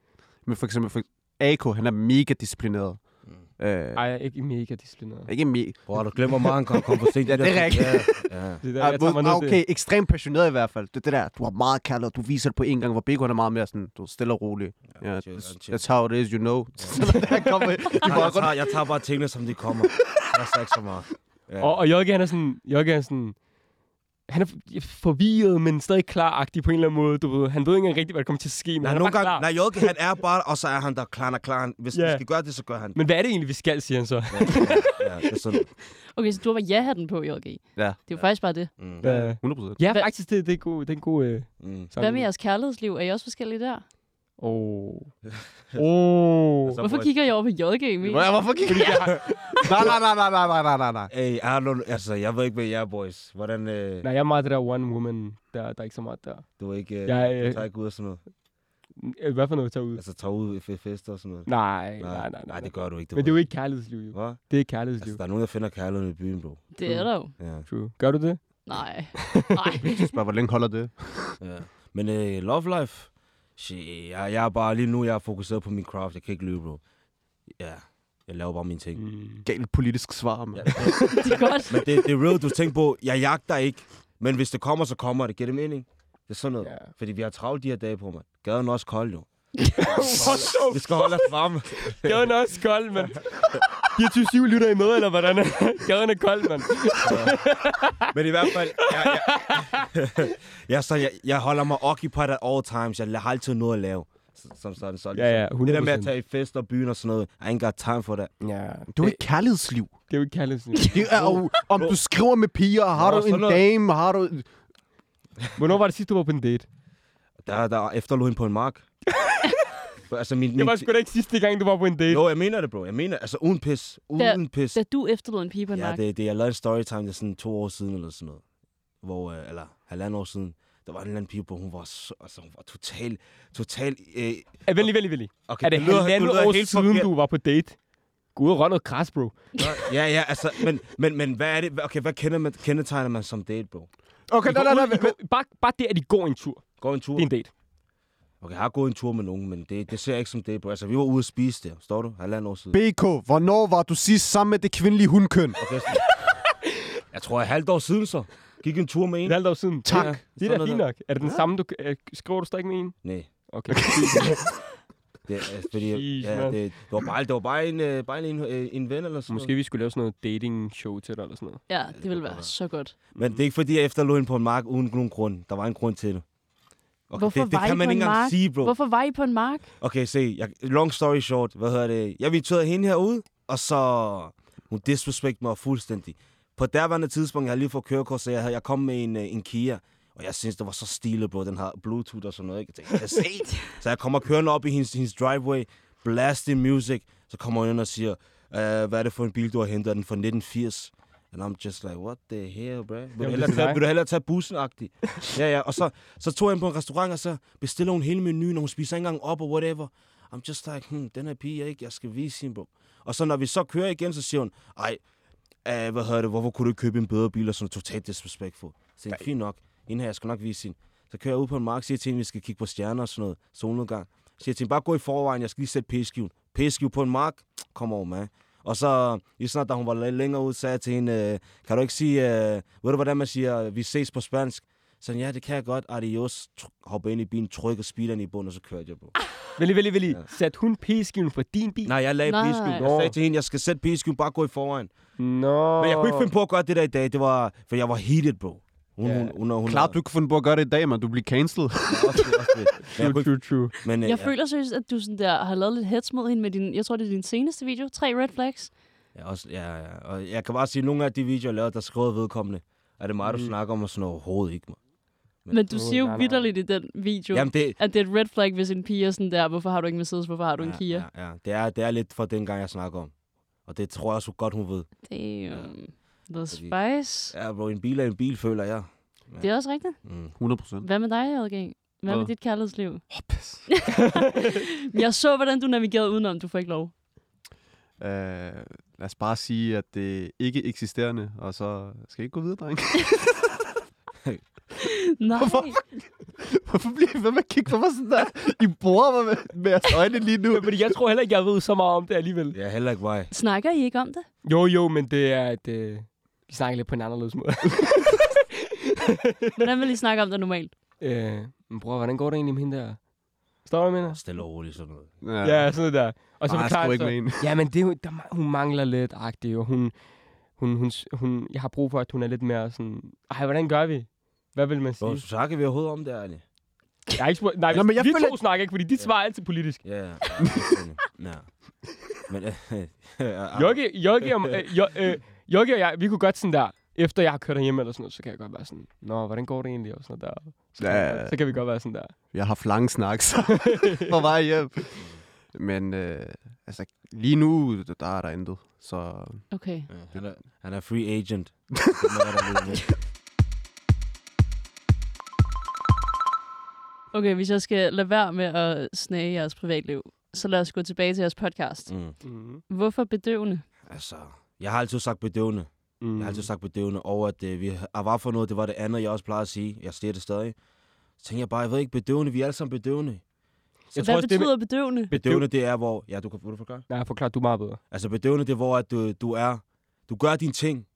[SPEAKER 12] Men for eksempel, for AK, han er mega disciplineret. Mm. Øh,
[SPEAKER 2] Ej, jeg er ikke mega disciplineret.
[SPEAKER 12] ikke Ah, mega...
[SPEAKER 1] Bro, har du glemt, hvor meget han kom, kom for sent? <laughs>
[SPEAKER 12] Ja, det er
[SPEAKER 1] der-
[SPEAKER 12] rigtigt.
[SPEAKER 1] Ja, ja.
[SPEAKER 2] Det er der,
[SPEAKER 12] Ja,
[SPEAKER 2] jeg tager mig ned
[SPEAKER 12] ah, okay,
[SPEAKER 2] til.
[SPEAKER 12] ekstremt passioneret i hvert fald. Det er det der, du har meget kærlighed, du viser det på en gang, hvor Beko han er meget mere sådan, du er stille og rolig. Ja, yeah,
[SPEAKER 1] chill,
[SPEAKER 12] that's,
[SPEAKER 1] chill.
[SPEAKER 12] that's how it is, you know. <laughs> Sådan der kommer, de
[SPEAKER 1] Jeg,
[SPEAKER 12] bare
[SPEAKER 1] jeg,
[SPEAKER 12] rundt.
[SPEAKER 1] tager, jeg tager bare tingene, som de kommer. Jeg er ikke så meget. Ja.
[SPEAKER 2] Og, og Jørgen, han er sådan... Jørgen er sådan han er f- forvirret, men stadig klaragtig på en eller anden måde. Du ved, han ved ikke engang rigtigt, hvad der kommer til at ske, men
[SPEAKER 1] Nej,
[SPEAKER 2] han er
[SPEAKER 1] nogle
[SPEAKER 2] bare
[SPEAKER 1] gange,
[SPEAKER 2] klar.
[SPEAKER 1] nej, Jolke, han er bare, og så er han der klar, han er klar. Han- Hvis yeah.
[SPEAKER 2] Ja.
[SPEAKER 1] vi skal gøre det, så gør han det.
[SPEAKER 2] Men hvad er det egentlig, vi skal, siger han så?
[SPEAKER 1] Ja, det er sådan.
[SPEAKER 11] Okay, så du var ja-hatten på, JG. Det
[SPEAKER 12] Ja,
[SPEAKER 11] er jo faktisk bare det.
[SPEAKER 1] Mm.
[SPEAKER 2] Ja,
[SPEAKER 12] 100%.
[SPEAKER 2] ja faktisk, det, det er en god, det er en god øh,
[SPEAKER 1] Mm.
[SPEAKER 2] sammenligning.
[SPEAKER 11] Hvad med jeres kærlighedsliv? Er I også forskellige der?
[SPEAKER 1] <laughs>
[SPEAKER 2] Åh. Åh.
[SPEAKER 1] Så
[SPEAKER 11] Hvorfor
[SPEAKER 1] får jeg-
[SPEAKER 11] kigger jeg over på JG, Emil?
[SPEAKER 12] Hvor- Hvorfor gik jeg? <laughs> Nej, nej, nej, nej, nej, nej, nej, nej, nej.
[SPEAKER 1] Hey, Arnold, altså, jeg ved ikke med jer, boys. Hvordan, øh,
[SPEAKER 2] Nej, jeg er meget det der one woman, der, der er ikke så meget der.
[SPEAKER 1] du er ikke, øh,
[SPEAKER 2] Jeg,
[SPEAKER 1] du
[SPEAKER 2] øh,
[SPEAKER 1] tager ikke ud og sådan noget.
[SPEAKER 2] Øh, Hvad for noget tager ud?
[SPEAKER 1] Altså, tager ud i fester og sådan noget.
[SPEAKER 2] Nej, nej, nej,
[SPEAKER 1] nej,
[SPEAKER 2] nej.
[SPEAKER 1] det gør du ikke.
[SPEAKER 2] Men det er jo
[SPEAKER 1] ved
[SPEAKER 2] ikke kærlighedsliv,
[SPEAKER 1] jeg.
[SPEAKER 2] jo.
[SPEAKER 1] Hva?
[SPEAKER 2] Det er ikke
[SPEAKER 1] Altså,
[SPEAKER 2] kærlighedsliv.
[SPEAKER 1] der er nogen, der finder kærligheden i byen, bro.
[SPEAKER 11] Det er der
[SPEAKER 1] <laughs>
[SPEAKER 11] jo.
[SPEAKER 1] Ja.
[SPEAKER 2] True. Gør du det?
[SPEAKER 11] Nej.
[SPEAKER 12] Jeg spørger, hvor længe holder det?
[SPEAKER 1] ja. Men øh, love life, shit, jeg, jeg er bare, lige nu jeg er fokuseret på min craft. Jeg kan ikke løbe, bro. Ja, jeg laver bare mine ting. Mm.
[SPEAKER 12] Galt politisk svar,
[SPEAKER 1] Ja,
[SPEAKER 12] mand.
[SPEAKER 1] det,
[SPEAKER 11] Det er godt.
[SPEAKER 1] men det, det er real, du tænker på, jeg jagter ikke, men hvis det kommer, så kommer det. Giver det mening? Det er sådan noget.
[SPEAKER 2] Ja.
[SPEAKER 1] Fordi vi har travlt de her dage på, mand. Gaden er også kold, jo. Vi skal holde os varme.
[SPEAKER 2] Gaden er også
[SPEAKER 1] <laughs>
[SPEAKER 2] kold, mand. <laughs> 24-7 lytter I med, eller hvordan? <laughs> Gaden er kold, mand.
[SPEAKER 1] Men i hvert fald, jeg, <laughs> jeg, jeg, så jeg, jeg holder mig occupied at all times. Jeg har altid noget at lave. som sådan. Så
[SPEAKER 2] Ja, ja, 100%.
[SPEAKER 1] Det der med at tage i fester, byen og sådan noget. I ain't got time for that.
[SPEAKER 2] Ja,
[SPEAKER 12] Du er ikke kærlighedsliv.
[SPEAKER 2] det er jo ikke kærlighed.
[SPEAKER 12] Det er jo, om du skriver med piger,
[SPEAKER 1] Nå,
[SPEAKER 12] har du en
[SPEAKER 1] sådan noget.
[SPEAKER 12] dame, har du...
[SPEAKER 2] <laughs> Hvornår var det sidst, du var på en date?
[SPEAKER 1] Der, der efterlod hende på en
[SPEAKER 2] <laughs>
[SPEAKER 1] mark. altså, min, min,
[SPEAKER 2] Det var sgu da ikke sidste gang, du var på en date.
[SPEAKER 1] Jo, jeg mener det, bro. Jeg mener, altså uden pis.
[SPEAKER 11] Der-
[SPEAKER 1] Uden pis.
[SPEAKER 11] Da du efterlod en pige på en
[SPEAKER 1] Ja,
[SPEAKER 11] mark.
[SPEAKER 1] det, det, jeg lavede en storytime, det er sådan to år siden eller sådan noget. Hvor, øh, eller halvandet år siden, der var en eller anden pige på, hun var, så, altså, hun var total, total... Øh,
[SPEAKER 2] Ej, Vent lige, vent lige, vent lige.
[SPEAKER 1] okay,
[SPEAKER 2] Er det
[SPEAKER 1] lyder-
[SPEAKER 2] halvandet
[SPEAKER 1] lyder
[SPEAKER 2] år
[SPEAKER 1] helt
[SPEAKER 2] siden,
[SPEAKER 1] forkert.
[SPEAKER 2] du var på date? Gå ud og røre noget græs, bro.
[SPEAKER 1] Ja, ja, altså, men, men, men hvad er det? Okay, hvad kender man, kendetegner man som date, bro?
[SPEAKER 12] Okay,
[SPEAKER 2] I går
[SPEAKER 12] nej, nej,
[SPEAKER 2] ud-
[SPEAKER 12] nej,
[SPEAKER 2] I går- Bare, bare det, at I går en tur.
[SPEAKER 1] Går en tur?
[SPEAKER 2] Det er en date.
[SPEAKER 1] Okay, jeg har gået en tur med nogen, men det, det ser jeg ikke som date, bro. Altså, vi var ude at spise der, står du? Halvandet år siden.
[SPEAKER 12] BK, hvornår var du sidst sammen med det kvindelige hundkøn?
[SPEAKER 1] Okay, så- jeg tror, jeg er halvt år siden så. Gik en tur med en.
[SPEAKER 2] Et halvt år siden.
[SPEAKER 12] Tak.
[SPEAKER 2] Ja, Det er
[SPEAKER 1] Sådan
[SPEAKER 2] da
[SPEAKER 1] er det.
[SPEAKER 2] fint nok. Er det den samme, du øh, skriver du stadig med en?
[SPEAKER 1] Nej.
[SPEAKER 2] <laughs> Okay.
[SPEAKER 1] Det, er- altså, fordi,
[SPEAKER 2] Jeez,
[SPEAKER 1] ja,
[SPEAKER 2] mand.
[SPEAKER 1] det, det, var bare, det var bare en, øh, bare en, øh, en ven eller sådan noget.
[SPEAKER 2] Måske vi skulle lave sådan noget dating-show til dig eller sådan noget.
[SPEAKER 11] Ja, det ville være så godt.
[SPEAKER 1] Men det er ikke fordi, jeg efterlod hende på en mark uden nogen grund. Der var en grund til det. Okay,
[SPEAKER 11] Hvorfor
[SPEAKER 1] det, det
[SPEAKER 11] var I
[SPEAKER 1] kan man
[SPEAKER 11] på en
[SPEAKER 1] ikke engang
[SPEAKER 11] mark?
[SPEAKER 1] sige, bro. Hvorfor?
[SPEAKER 11] Hvorfor var I på en mark?
[SPEAKER 1] Okay, se. Jeg, long story short. Hvad hedder det? Jeg inviterede hende herude, og så... Hun disrespect mig fuldstændig. På derværende tidspunkt, jeg havde lige fået kørekort, så jeg, havde, jeg kom med en, øh, en Kia. Og jeg synes, det var så stilet, bro. Den har Bluetooth og sådan noget. Ikke? Jeg tænkte, "Det er set." så jeg kommer kørende op i hendes, hendes driveway. Blasting music. Så kommer hun ind og siger, "Øh, hvad er det for en bil, du har hentet? Er Den fra 1980. And I'm just like, what the hell, bro? Vil du,
[SPEAKER 2] det
[SPEAKER 1] hellere
[SPEAKER 2] er
[SPEAKER 1] tage,
[SPEAKER 2] dig.
[SPEAKER 1] vil du hellere tage bussen -agtig? ja, ja. Og så, så tog jeg ind på en restaurant, og så bestiller hun hele menuen, og hun spiser ikke engang op og whatever. I'm just like, hmm, den her pige, jeg, ikke, jeg skal vise hende, bro. Og så når vi så kører igen, så siger hun, ej, øh, hvad hedder det, hvorfor kunne du ikke købe en bedre bil? Og sådan totalt disrespectful. Så det er fint nok. Hende her, jeg skal nok vise hende. Så kører jeg ud på en mark, siger til hende, vi skal kigge på stjerner og sådan noget. Solnedgang. Siger til hende, bare gå i forvejen, jeg skal lige sætte p-skiven. P-skiven på en mark? Kom over, man. Og så, lige snart da hun var lidt længere ud, sagde jeg til hende, øh, kan du ikke sige, øh, ved du hvordan man siger, øh, vi ses på spansk? Så sagde hun, ja, det kan jeg godt. Adios. Tr- Hopper ind i bilen, trykker speederen i bunden, og så kørte jeg på.
[SPEAKER 2] Vældig, vældig, vældig. Sat hun p-skiven fra din bil?
[SPEAKER 1] Nej, jeg lagde
[SPEAKER 11] Nej.
[SPEAKER 1] p-skiven. Jeg sagde til hende, jeg skal sætte p-skiven, bare gå i forvejen.
[SPEAKER 2] Nå.
[SPEAKER 1] Men jeg kunne ikke finde på at gøre det der i dag. Det var, for jeg var heated, bro. Hun,
[SPEAKER 2] Ja.
[SPEAKER 1] hun, hun, hun, hun
[SPEAKER 12] Klart, du ikke fundet på at gøre det i dag, men du bliver cancelled.
[SPEAKER 1] <laughs> Også det, også det. Men jeg kunne
[SPEAKER 2] True,
[SPEAKER 1] ikke-
[SPEAKER 2] true, true.
[SPEAKER 1] Men, øh,
[SPEAKER 11] Jeg
[SPEAKER 1] ja,
[SPEAKER 11] føler seriøst, at du sådan der har lavet lidt hets mod hende med din, jeg tror det er din seneste video, tre red flags.
[SPEAKER 1] ja, også, ja, ja. Og jeg kan bare sige, at nogle af de videoer, jeg lavede, der skrev vedkommende, er det mig, du
[SPEAKER 2] Mm.
[SPEAKER 1] snakker om, og sådan noget? overhovedet ikke, man.
[SPEAKER 11] Men du
[SPEAKER 2] Åh,
[SPEAKER 11] siger
[SPEAKER 2] nej,
[SPEAKER 11] jo
[SPEAKER 2] nej.
[SPEAKER 11] vidderligt i den video,
[SPEAKER 1] Jamen, det,
[SPEAKER 11] at det er et red flag, hvis en pige er sådan der, hvorfor har du ikke Mercedes, hvorfor har du en Kia?
[SPEAKER 1] ja, ja, ja. Det, er, det er lidt fra dengang, jeg snakker om. Og det tror jeg også godt, hun ved.
[SPEAKER 11] Det er jo... The
[SPEAKER 1] Fordi-
[SPEAKER 11] Spice.
[SPEAKER 1] Ja, bro, en bil er en bil, føler jeg.
[SPEAKER 11] Det er også rigtigt.
[SPEAKER 1] Mm.
[SPEAKER 12] 100 procent.
[SPEAKER 11] Hvad med dig, Adgang? Hvad med
[SPEAKER 12] Hvad?
[SPEAKER 11] dit kærlighedsliv? Jeg så, hvordan du navigerede udenom, du får ikke
[SPEAKER 1] <laughs>
[SPEAKER 11] lov.
[SPEAKER 12] Øh, lad os bare sige, at det ikke er eksisterende, og så skal jeg ikke gå videre, dreng. <laughs>
[SPEAKER 11] Nej,
[SPEAKER 12] Hvorfor? Hvorfor bliver I ved med at kigge på mig sådan der? I bruger mig med, med jeres øjne lige nu.
[SPEAKER 2] Men jeg tror heller ikke, jeg ved så meget om det alligevel.
[SPEAKER 1] Ja, heller ikke mig.
[SPEAKER 11] snakker I ikke om det?
[SPEAKER 2] Jo, jo, men det er, at øh, vi snakker lidt på en anderledes
[SPEAKER 12] <laughs>
[SPEAKER 2] måde.
[SPEAKER 11] Hvordan vil I snakke om det normalt?
[SPEAKER 2] øh, men bror, hvordan går det egentlig med hende der? Står du med hende?
[SPEAKER 1] Stille og roligt sådan noget.
[SPEAKER 2] Ja, sådan noget der. Og så
[SPEAKER 12] Bare
[SPEAKER 2] forklarer
[SPEAKER 12] sgu
[SPEAKER 2] jeg
[SPEAKER 12] ikke
[SPEAKER 2] så-
[SPEAKER 12] med en.
[SPEAKER 2] Ja, men det, er jo- der, ma- hun mangler lidt agtigt, og hun, hun, hun, hun, jeg har brug for, at hun er lidt mere sådan, ej, hvordan gør vi? Hvad vil man sige?
[SPEAKER 1] Bro, så snakker vi overhovedet om det, ærligt.
[SPEAKER 2] Jeg har ikke spurgt, nej,
[SPEAKER 12] Nå, men jeg
[SPEAKER 2] vi
[SPEAKER 12] føler-
[SPEAKER 2] to snakker ikke, fordi dit svar er altid politisk.
[SPEAKER 1] Ja, ja. ja. ja. Men, <laughs> øh, ja,
[SPEAKER 12] Ah.
[SPEAKER 2] Jokke, Jokke, og, øh, jo,
[SPEAKER 12] <laughs>
[SPEAKER 2] øh, Jokke og jeg, vi kunne godt sådan der, efter jeg har kørt hjem eller sådan noget, så kan jeg godt være sådan, nå, hvordan går det egentlig? Og sådan der. Så, kan,
[SPEAKER 12] Ja,
[SPEAKER 2] jeg
[SPEAKER 12] ja,
[SPEAKER 2] godt-
[SPEAKER 12] ja.
[SPEAKER 2] så kan vi godt være sådan der.
[SPEAKER 12] Jeg har haft lange snak, så <laughs> på vej hjem. Men øh, altså, lige nu, der er der intet. Så
[SPEAKER 11] Okay.
[SPEAKER 1] Ja, Øh, han, er, han er free agent.
[SPEAKER 11] Okay, hvis jeg skal lade være med at snage jeres privatliv, så lad os gå tilbage til jeres podcast.
[SPEAKER 1] mm.
[SPEAKER 2] Mm.
[SPEAKER 11] Hvorfor bedøvende?
[SPEAKER 1] Altså, jeg har altid sagt bedøvende.
[SPEAKER 2] Mm.
[SPEAKER 1] Jeg har altid sagt bedøvende over, at øh, vi har- var for noget, det var det andet, jeg også plejer at sige. Jeg siger det stadig. Så tænker jeg bare, jeg ved ikke, bedøvende, vi er alle sammen bedøvende.
[SPEAKER 2] Jeg tror
[SPEAKER 11] Hvad
[SPEAKER 2] også, det er-
[SPEAKER 11] betyder bedøvende?
[SPEAKER 1] Bedøvende, det er, hvor... Ja, du kan, vil du forklare?
[SPEAKER 2] Nej, forklar du meget bedre.
[SPEAKER 1] Altså bedøvende, det er, hvor at du, du er... Du gør dine ting,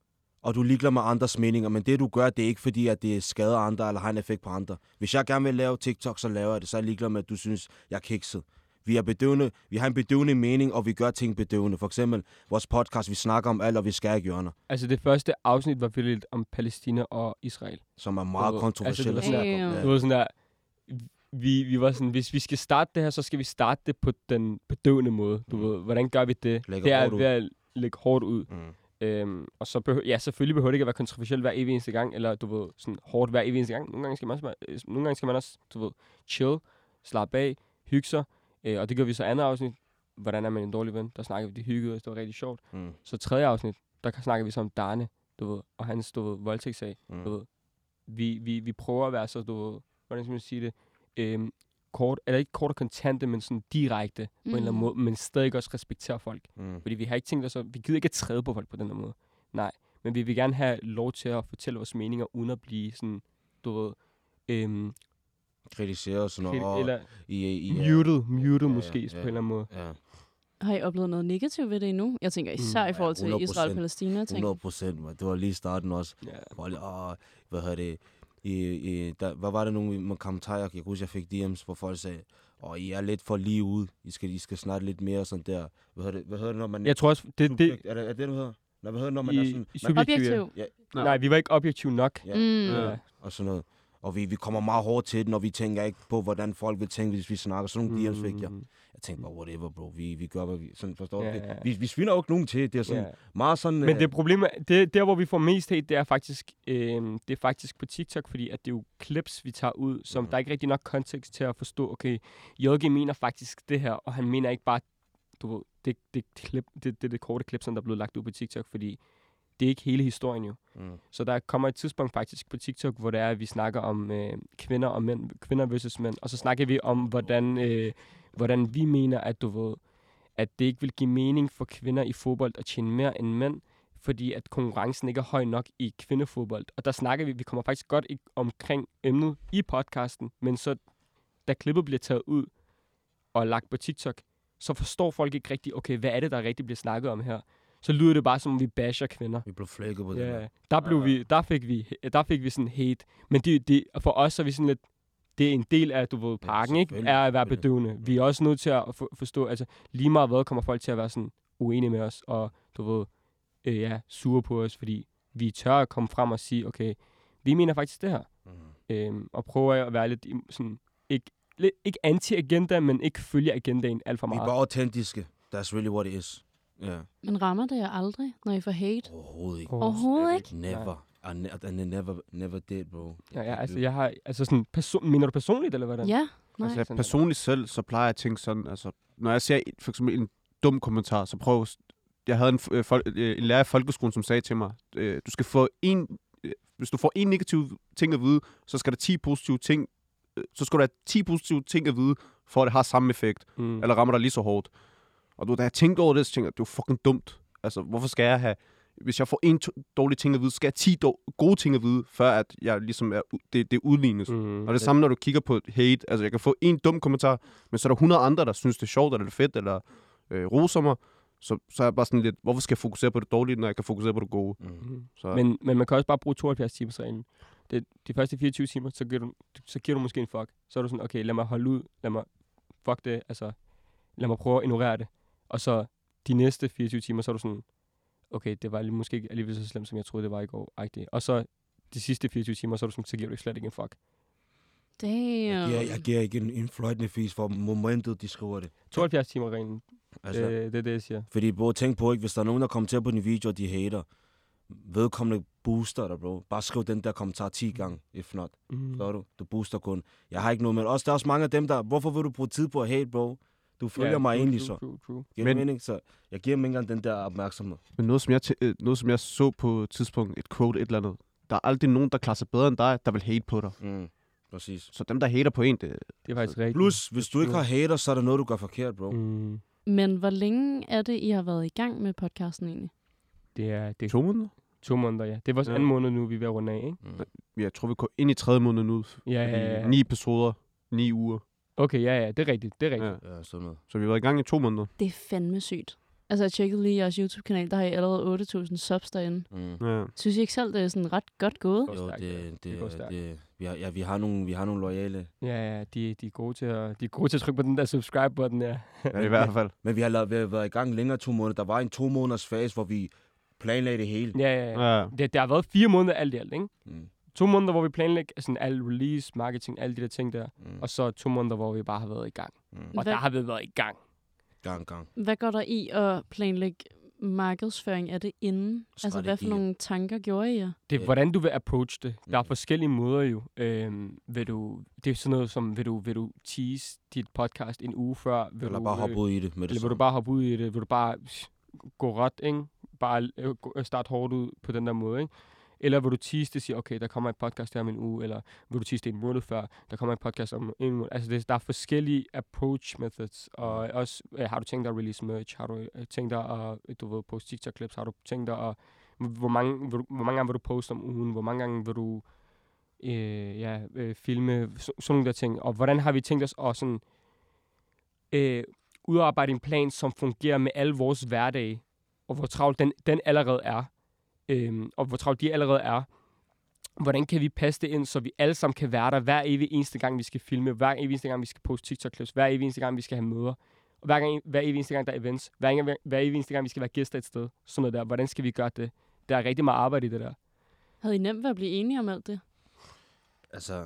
[SPEAKER 1] og du er ligeglad med andres meninger, men det du gør, det er ikke fordi, at det skader andre eller har en effekt på andre. Hvis jeg gerne vil lave TikTok, så laver jeg det, så er jeg ligeglad med, at du synes, jeg er kikset. Vi er bedøvende, vi har en bedøvende mening, og vi gør ting bedøvende. For eksempel vores podcast, vi snakker om alt, og vi skærer ikke hjørner,
[SPEAKER 2] Altså, det første afsnit var virkelig lidt om Palæstina og Israel.
[SPEAKER 1] som er
[SPEAKER 2] Jeg
[SPEAKER 1] meget
[SPEAKER 2] ved.
[SPEAKER 1] kontroversielt at
[SPEAKER 2] Altså, det
[SPEAKER 1] snakke
[SPEAKER 11] er-
[SPEAKER 1] om.
[SPEAKER 2] Du
[SPEAKER 1] Ja.
[SPEAKER 2] ved sådan der, vi, vi var sådan, hvis vi skal starte det her, så skal vi starte det på den bedøvende måde. Du mm. ved, hvordan gør vi det?
[SPEAKER 1] Lægger
[SPEAKER 2] det er
[SPEAKER 1] hårdt ud.
[SPEAKER 2] ved at lægge hårdt ud.
[SPEAKER 1] Mm.
[SPEAKER 2] Øhm, og så behøver, ja, selvfølgelig behøver det ikke at være kontroversielt hver evig eneste gang, eller du ved, sådan hårdt hver evig eneste gang. Nogle gange skal man også, være- øh, nogle gange skal man også du ved, chill, slappe af, hygge sig. Øh, og det gør vi så andet afsnit. Hvordan er man en dårlig ven? Der snakker vi, de hyggede os, det var rigtig sjovt.
[SPEAKER 1] Mm.
[SPEAKER 2] Så tredje afsnit, der snakker vi så om Darne, du ved, og hans, du ved, voldtægtssag
[SPEAKER 1] Mm.
[SPEAKER 2] du ved, vi, vi, vi prøver at være så, du ved, hvordan skal man sige det, øhm, kort, eller ikke kort og kontante, men sådan direkte mm. på en eller anden
[SPEAKER 11] Mm.
[SPEAKER 2] måde, men stadig også respektere folk.
[SPEAKER 1] Mm.
[SPEAKER 2] Fordi vi har ikke tænkt os, at, vi gider ikke at træde på folk på den her måde. Nej, men vi vil gerne have lov til at fortælle vores meninger, uden at blive sådan, du ved, øhm,
[SPEAKER 1] Kritisere og sådan
[SPEAKER 2] kri-
[SPEAKER 1] noget. og
[SPEAKER 2] eller
[SPEAKER 1] I, I, I,
[SPEAKER 2] yeah. muted, muted
[SPEAKER 1] Ja,
[SPEAKER 2] yeah,
[SPEAKER 1] ja,
[SPEAKER 2] måske yeah, på
[SPEAKER 1] ja.
[SPEAKER 2] en eller anden måde.
[SPEAKER 1] Ja,
[SPEAKER 11] Har I oplevet noget negativt ved det endnu? Jeg tænker især
[SPEAKER 2] Mm,
[SPEAKER 11] i forhold til
[SPEAKER 1] 100%.
[SPEAKER 11] Israel og Palæstina. Ting.
[SPEAKER 1] 100 procent, mand. Det var lige i starten også.
[SPEAKER 2] Ja.
[SPEAKER 1] Hvor lige, åh, hvad hedder det? I, i, der, hvad var det nogle med kommentarer? Jeg kan huske, jeg fik DM's, hvor folk sagde, og I er lidt for lige ude. I skal, I skal snart lidt mere sådan der. Hvad hedder det, hvad hedder det når man...
[SPEAKER 2] Jeg tror også, det, det,
[SPEAKER 1] Subjekt- er det, er det, du hedder? Nej, hvad hedder det, når man er
[SPEAKER 2] i,
[SPEAKER 1] sådan...
[SPEAKER 2] i
[SPEAKER 1] man,
[SPEAKER 2] subjektiv,
[SPEAKER 11] Objektiv.
[SPEAKER 2] ja. Nej, vi var ikke objektiv nok.
[SPEAKER 1] Ja.
[SPEAKER 11] Mm.
[SPEAKER 2] Ja.
[SPEAKER 1] og sådan noget. Og vi, vi kommer meget hårdt til det, når vi tænker ikke på, hvordan folk vil tænke, hvis vi snakker. Sådan nogle DM's fik jeg. Jeg tænkte bare, whatever, bro. Vi, vi gør, hvad vi... Sådan, forstår
[SPEAKER 2] Mm. Ja,
[SPEAKER 1] du?
[SPEAKER 2] ja, ja.
[SPEAKER 1] Det- Vi, vi sviner jo ikke nogen til. Det er sådan
[SPEAKER 2] Ja.
[SPEAKER 1] meget sådan...
[SPEAKER 2] Men
[SPEAKER 1] øh,
[SPEAKER 2] det problem er, det, der hvor vi får mest hate, det er faktisk, øh, det er faktisk på TikTok, fordi at det er jo clips, vi tager ud, som mm. der er ikke rigtig nok kontekst til at forstå, okay, JG mener faktisk det her, og han mener ikke bare, du ved, det, det, klip, det, det, det korte klip, som der er blevet lagt ud på TikTok, fordi det er ikke hele historien jo.
[SPEAKER 1] Mm.
[SPEAKER 2] Så der kommer et tidspunkt faktisk på TikTok, hvor det er, at vi snakker om øh, kvinder og mænd, kvinder versus mænd, og så snakker vi om, hvordan, øh, hvordan vi mener, at du ved, at det ikke vil give mening for kvinder i fodbold at tjene mere end mænd, fordi at konkurrencen ikke er høj nok i kvindefodbold. Og der snakker vi, vi kommer faktisk godt i, omkring emnet i podcasten, men så da klippet bliver taget ud og lagt på TikTok, så forstår folk ikke rigtigt, okay, hvad er det, der rigtig bliver snakket om her? Så lyder det bare, som om vi basher kvinder.
[SPEAKER 1] Vi blev flækket på det.
[SPEAKER 2] Ja,
[SPEAKER 1] Yeah.
[SPEAKER 2] ja. der, blev vi, der, fik vi, der fik vi sådan hate. Men det, det, for os så er vi sådan lidt, det er en del af, du ved, pakken, ikke?
[SPEAKER 1] selvfølgelig,
[SPEAKER 2] Er at være
[SPEAKER 1] selvfølgelig.
[SPEAKER 2] bedøvende. Vi er også nødt til at for, forstå, altså lige meget hvad kommer folk til at være sådan uenige med os, og du ved, øh, ja, sure på os, fordi vi tør at komme frem og sige, okay, vi mener faktisk det her. Mm. Øhm, og prøver at være lidt i- sådan, ikke, lidt, ikke anti-agenda, men ikke følge agendaen alt for
[SPEAKER 1] Vi
[SPEAKER 2] meget.
[SPEAKER 1] er bare autentiske. That's really what it is. Ja. Yeah.
[SPEAKER 11] Men rammer det jer aldrig, når I får hate?
[SPEAKER 1] Overhovedet ikke.
[SPEAKER 2] Åh,
[SPEAKER 11] Overhovedet ikke.
[SPEAKER 1] Never. I, ne- and I never, never did, bro.
[SPEAKER 2] Ja, ja, altså, jeg har, altså sådan, perso- mener du personligt, eller hvordan?
[SPEAKER 11] Ja, nej.
[SPEAKER 12] Altså,
[SPEAKER 2] Nej.
[SPEAKER 12] jeg personligt selv, så plejer jeg at tænke sådan, altså, når jeg ser for eksempel en dum kommentar, så prøv, jeg havde en, øh, fol, øh, en lærer i folkeskolen, som sagde til mig, øh, du skal få en, øh, hvis du får en negativ ting at vide, så skal der 10 positive ting, øh, så skal der have 10 positive ting at vide, for at det har samme effekt,
[SPEAKER 2] Mm.
[SPEAKER 12] eller rammer dig lige så hårdt. Og du, ved, da jeg tænkte over det, så tænkte jeg, det er jo fucking dumt. Altså, hvorfor skal jeg have, hvis jeg får en to- dårlig ting at vide, så skal jeg 10 do- gode ting at vide, før at jeg ligesom er, u- det, det udlignes.
[SPEAKER 2] Mm.
[SPEAKER 12] Og det samme, når du kigger på hate. Altså, jeg kan få en dum kommentar, men så er der 100 andre, der synes, det er sjovt, eller det er fedt, eller øh, roser mig. Så, så er jeg bare sådan lidt, hvorfor skal jeg fokusere på det dårlige, når jeg kan fokusere på det gode?
[SPEAKER 1] Mm.
[SPEAKER 12] Så, men,
[SPEAKER 2] Men, men man kan også bare bruge 72 timers reglen. Det, de første 24 timer, så giver, du, så giver du måske en fuck. Så er du sådan, okay, lad mig holde ud, lad mig fuck det, altså lad mig prøve at ignorere det. Og så de næste 24 timer, så er du sådan, okay, det var lige- måske ikke alligevel så slemt, som jeg troede, det var i går. Agtig. Og så de sidste 24 timer, så er du sådan, så giver du ikke slet ikke en fuck.
[SPEAKER 1] Jeg,
[SPEAKER 11] Damn.
[SPEAKER 1] giver, jeg giver ikke en, en fløjtende fis for momentet, de skriver det.
[SPEAKER 2] 72 timer reglen,
[SPEAKER 1] Altså,
[SPEAKER 2] det, det er det, jeg siger.
[SPEAKER 1] Fordi bro, tænk på ikke, hvis der er nogen, der kommer til på din video, og de hater, vedkommende booster dig, bro. Bare skriv den der kommentar 10 gange, if not.
[SPEAKER 2] Mm.
[SPEAKER 1] Forstår du? Du booster kun. Jeg har ikke noget med det. Også der er også mange af dem, der... Hvorfor vil du bruge tid på at hate, bro? Du følger yeah, mig
[SPEAKER 2] true,
[SPEAKER 1] egentlig
[SPEAKER 2] true,
[SPEAKER 1] så.
[SPEAKER 2] True, true.
[SPEAKER 1] Giver
[SPEAKER 12] Men-
[SPEAKER 1] men... mening? Så jeg giver dem ikke engang den der opmærksomhed.
[SPEAKER 12] men noget, som jeg, tæ- øh, noget, som jeg så på et tidspunkt, et quote, et eller andet. Der er aldrig nogen, der klarer sig bedre end dig, der vil hate på dig.
[SPEAKER 1] Mm. Præcis.
[SPEAKER 12] Så dem, der hater på en, det,
[SPEAKER 2] Det er faktisk rigtigt.
[SPEAKER 1] Plus, hvis du ikke har hater, så er der noget, du gør forkert, bro. Mm.
[SPEAKER 2] Mm,
[SPEAKER 11] Men hvor længe er det, I har været i gang med podcasten egentlig?
[SPEAKER 2] det er, det er to.
[SPEAKER 12] to måneder?
[SPEAKER 2] to måneder, ja. Det er vores
[SPEAKER 12] Ja.
[SPEAKER 2] anden måned nu, vi er ved at runde af, ikke?
[SPEAKER 1] Mm.
[SPEAKER 12] Jeg tror, vi går ind i tredje måned nu.
[SPEAKER 2] Ja, ja, ja, ja.
[SPEAKER 12] Ni episoder, ni uger.
[SPEAKER 2] Okay, ja, ja, det er rigtigt, det er rigtigt.
[SPEAKER 12] Ja.
[SPEAKER 1] Ja, sådan noget.
[SPEAKER 12] Så vi har været i gang i to måneder.
[SPEAKER 11] Det er fandme sygt. Altså, jeg tjekkede lige jeres YouTube-kanal, der har I allerede 8.000 subs derinde.
[SPEAKER 1] Mm.
[SPEAKER 12] Ja.
[SPEAKER 11] Synes I ikke selv, det er sådan ret godt gået?
[SPEAKER 2] går
[SPEAKER 1] Jo,
[SPEAKER 2] stærkt, ja.
[SPEAKER 1] det,
[SPEAKER 2] Det går
[SPEAKER 1] det, det,
[SPEAKER 2] stærkt.
[SPEAKER 1] det, vi har, ja, vi har nogle, vi har nogle lojale.
[SPEAKER 2] Ja, ja, de, de, er gode til at, de er gode til at trykke på den der subscribe-button, <laughs> ja.
[SPEAKER 12] ja, i hvert fald.
[SPEAKER 1] Men vi har, lavet, vi har været i gang længere end to måneder. Der var en to måneders fase, hvor vi planlagde det hele.
[SPEAKER 2] Ja, ja, ja.
[SPEAKER 12] Ja.
[SPEAKER 2] Det, der har været fire måneder alt i alt, ikke?
[SPEAKER 1] Mm.
[SPEAKER 2] To måneder, hvor vi planlægger sådan al release, marketing, alle de der ting der.
[SPEAKER 1] Mm.
[SPEAKER 2] Og så to måneder, hvor vi bare har været i gang.
[SPEAKER 1] Mm.
[SPEAKER 2] Og
[SPEAKER 11] Hvad-
[SPEAKER 2] der har vi været i gang.
[SPEAKER 1] Gang, gang.
[SPEAKER 11] Hvad går der i at planlægge markedsføring af det inden? Altså, hvad for
[SPEAKER 1] Strategier.
[SPEAKER 11] nogle tanker gjorde I jer?
[SPEAKER 2] Det er,
[SPEAKER 1] Ja.
[SPEAKER 2] hvordan du vil approach det. Der er
[SPEAKER 1] Mm.
[SPEAKER 2] forskellige måder jo. Øhm, vil du, det er sådan noget som, vil du, vil du tease dit podcast en uge før? Vil
[SPEAKER 1] Eller
[SPEAKER 2] du,
[SPEAKER 1] bare
[SPEAKER 2] øh,
[SPEAKER 1] hoppe ud i det med det
[SPEAKER 2] Eller vil du
[SPEAKER 1] samme.
[SPEAKER 2] bare hoppe ud i det? Vil du bare psh, gå ret, ikke? Bare øh, gå- øh, starte hårdt ud på den der måde, ikke? Eller vil du tease det og sige, okay, der kommer et podcast her om en uge, eller vil du tease det en måned før, der kommer et podcast om en måned. Altså, det, der er forskellige approach methods, og
[SPEAKER 1] Mm.
[SPEAKER 2] også, øh, har du tænkt dig at release merch? Har du øh, tænkt dig at, øh, du ved, poste TikTok-clips? Har du tænkt dig at, hvor mange, vil du, hvor mange gange vil du poste om ugen? Hvor mange gange vil du øh, ja, øh, filme? Så, sådan nogle der ting. Og hvordan har vi tænkt os at sådan, øh, udarbejde en plan, som fungerer med alle vores hverdage, og hvor travlt den, den allerede er, øhm, og hvor travlt de allerede er. Hvordan kan vi passe det ind, så vi alle sammen kan være der hver evig eneste gang, vi skal filme, hver evig eneste gang, vi skal poste TikTok-clips, hver evig eneste gang, vi skal have møder, og hver, gang, hver evig eneste gang, der er events, hver, gang, hver evig eneste gang, vi skal være gæster et sted, sådan noget der. Hvordan skal vi gøre det? Der er rigtig meget arbejde i det der.
[SPEAKER 11] Havde I nemt ved at blive enige om alt det?
[SPEAKER 1] Altså,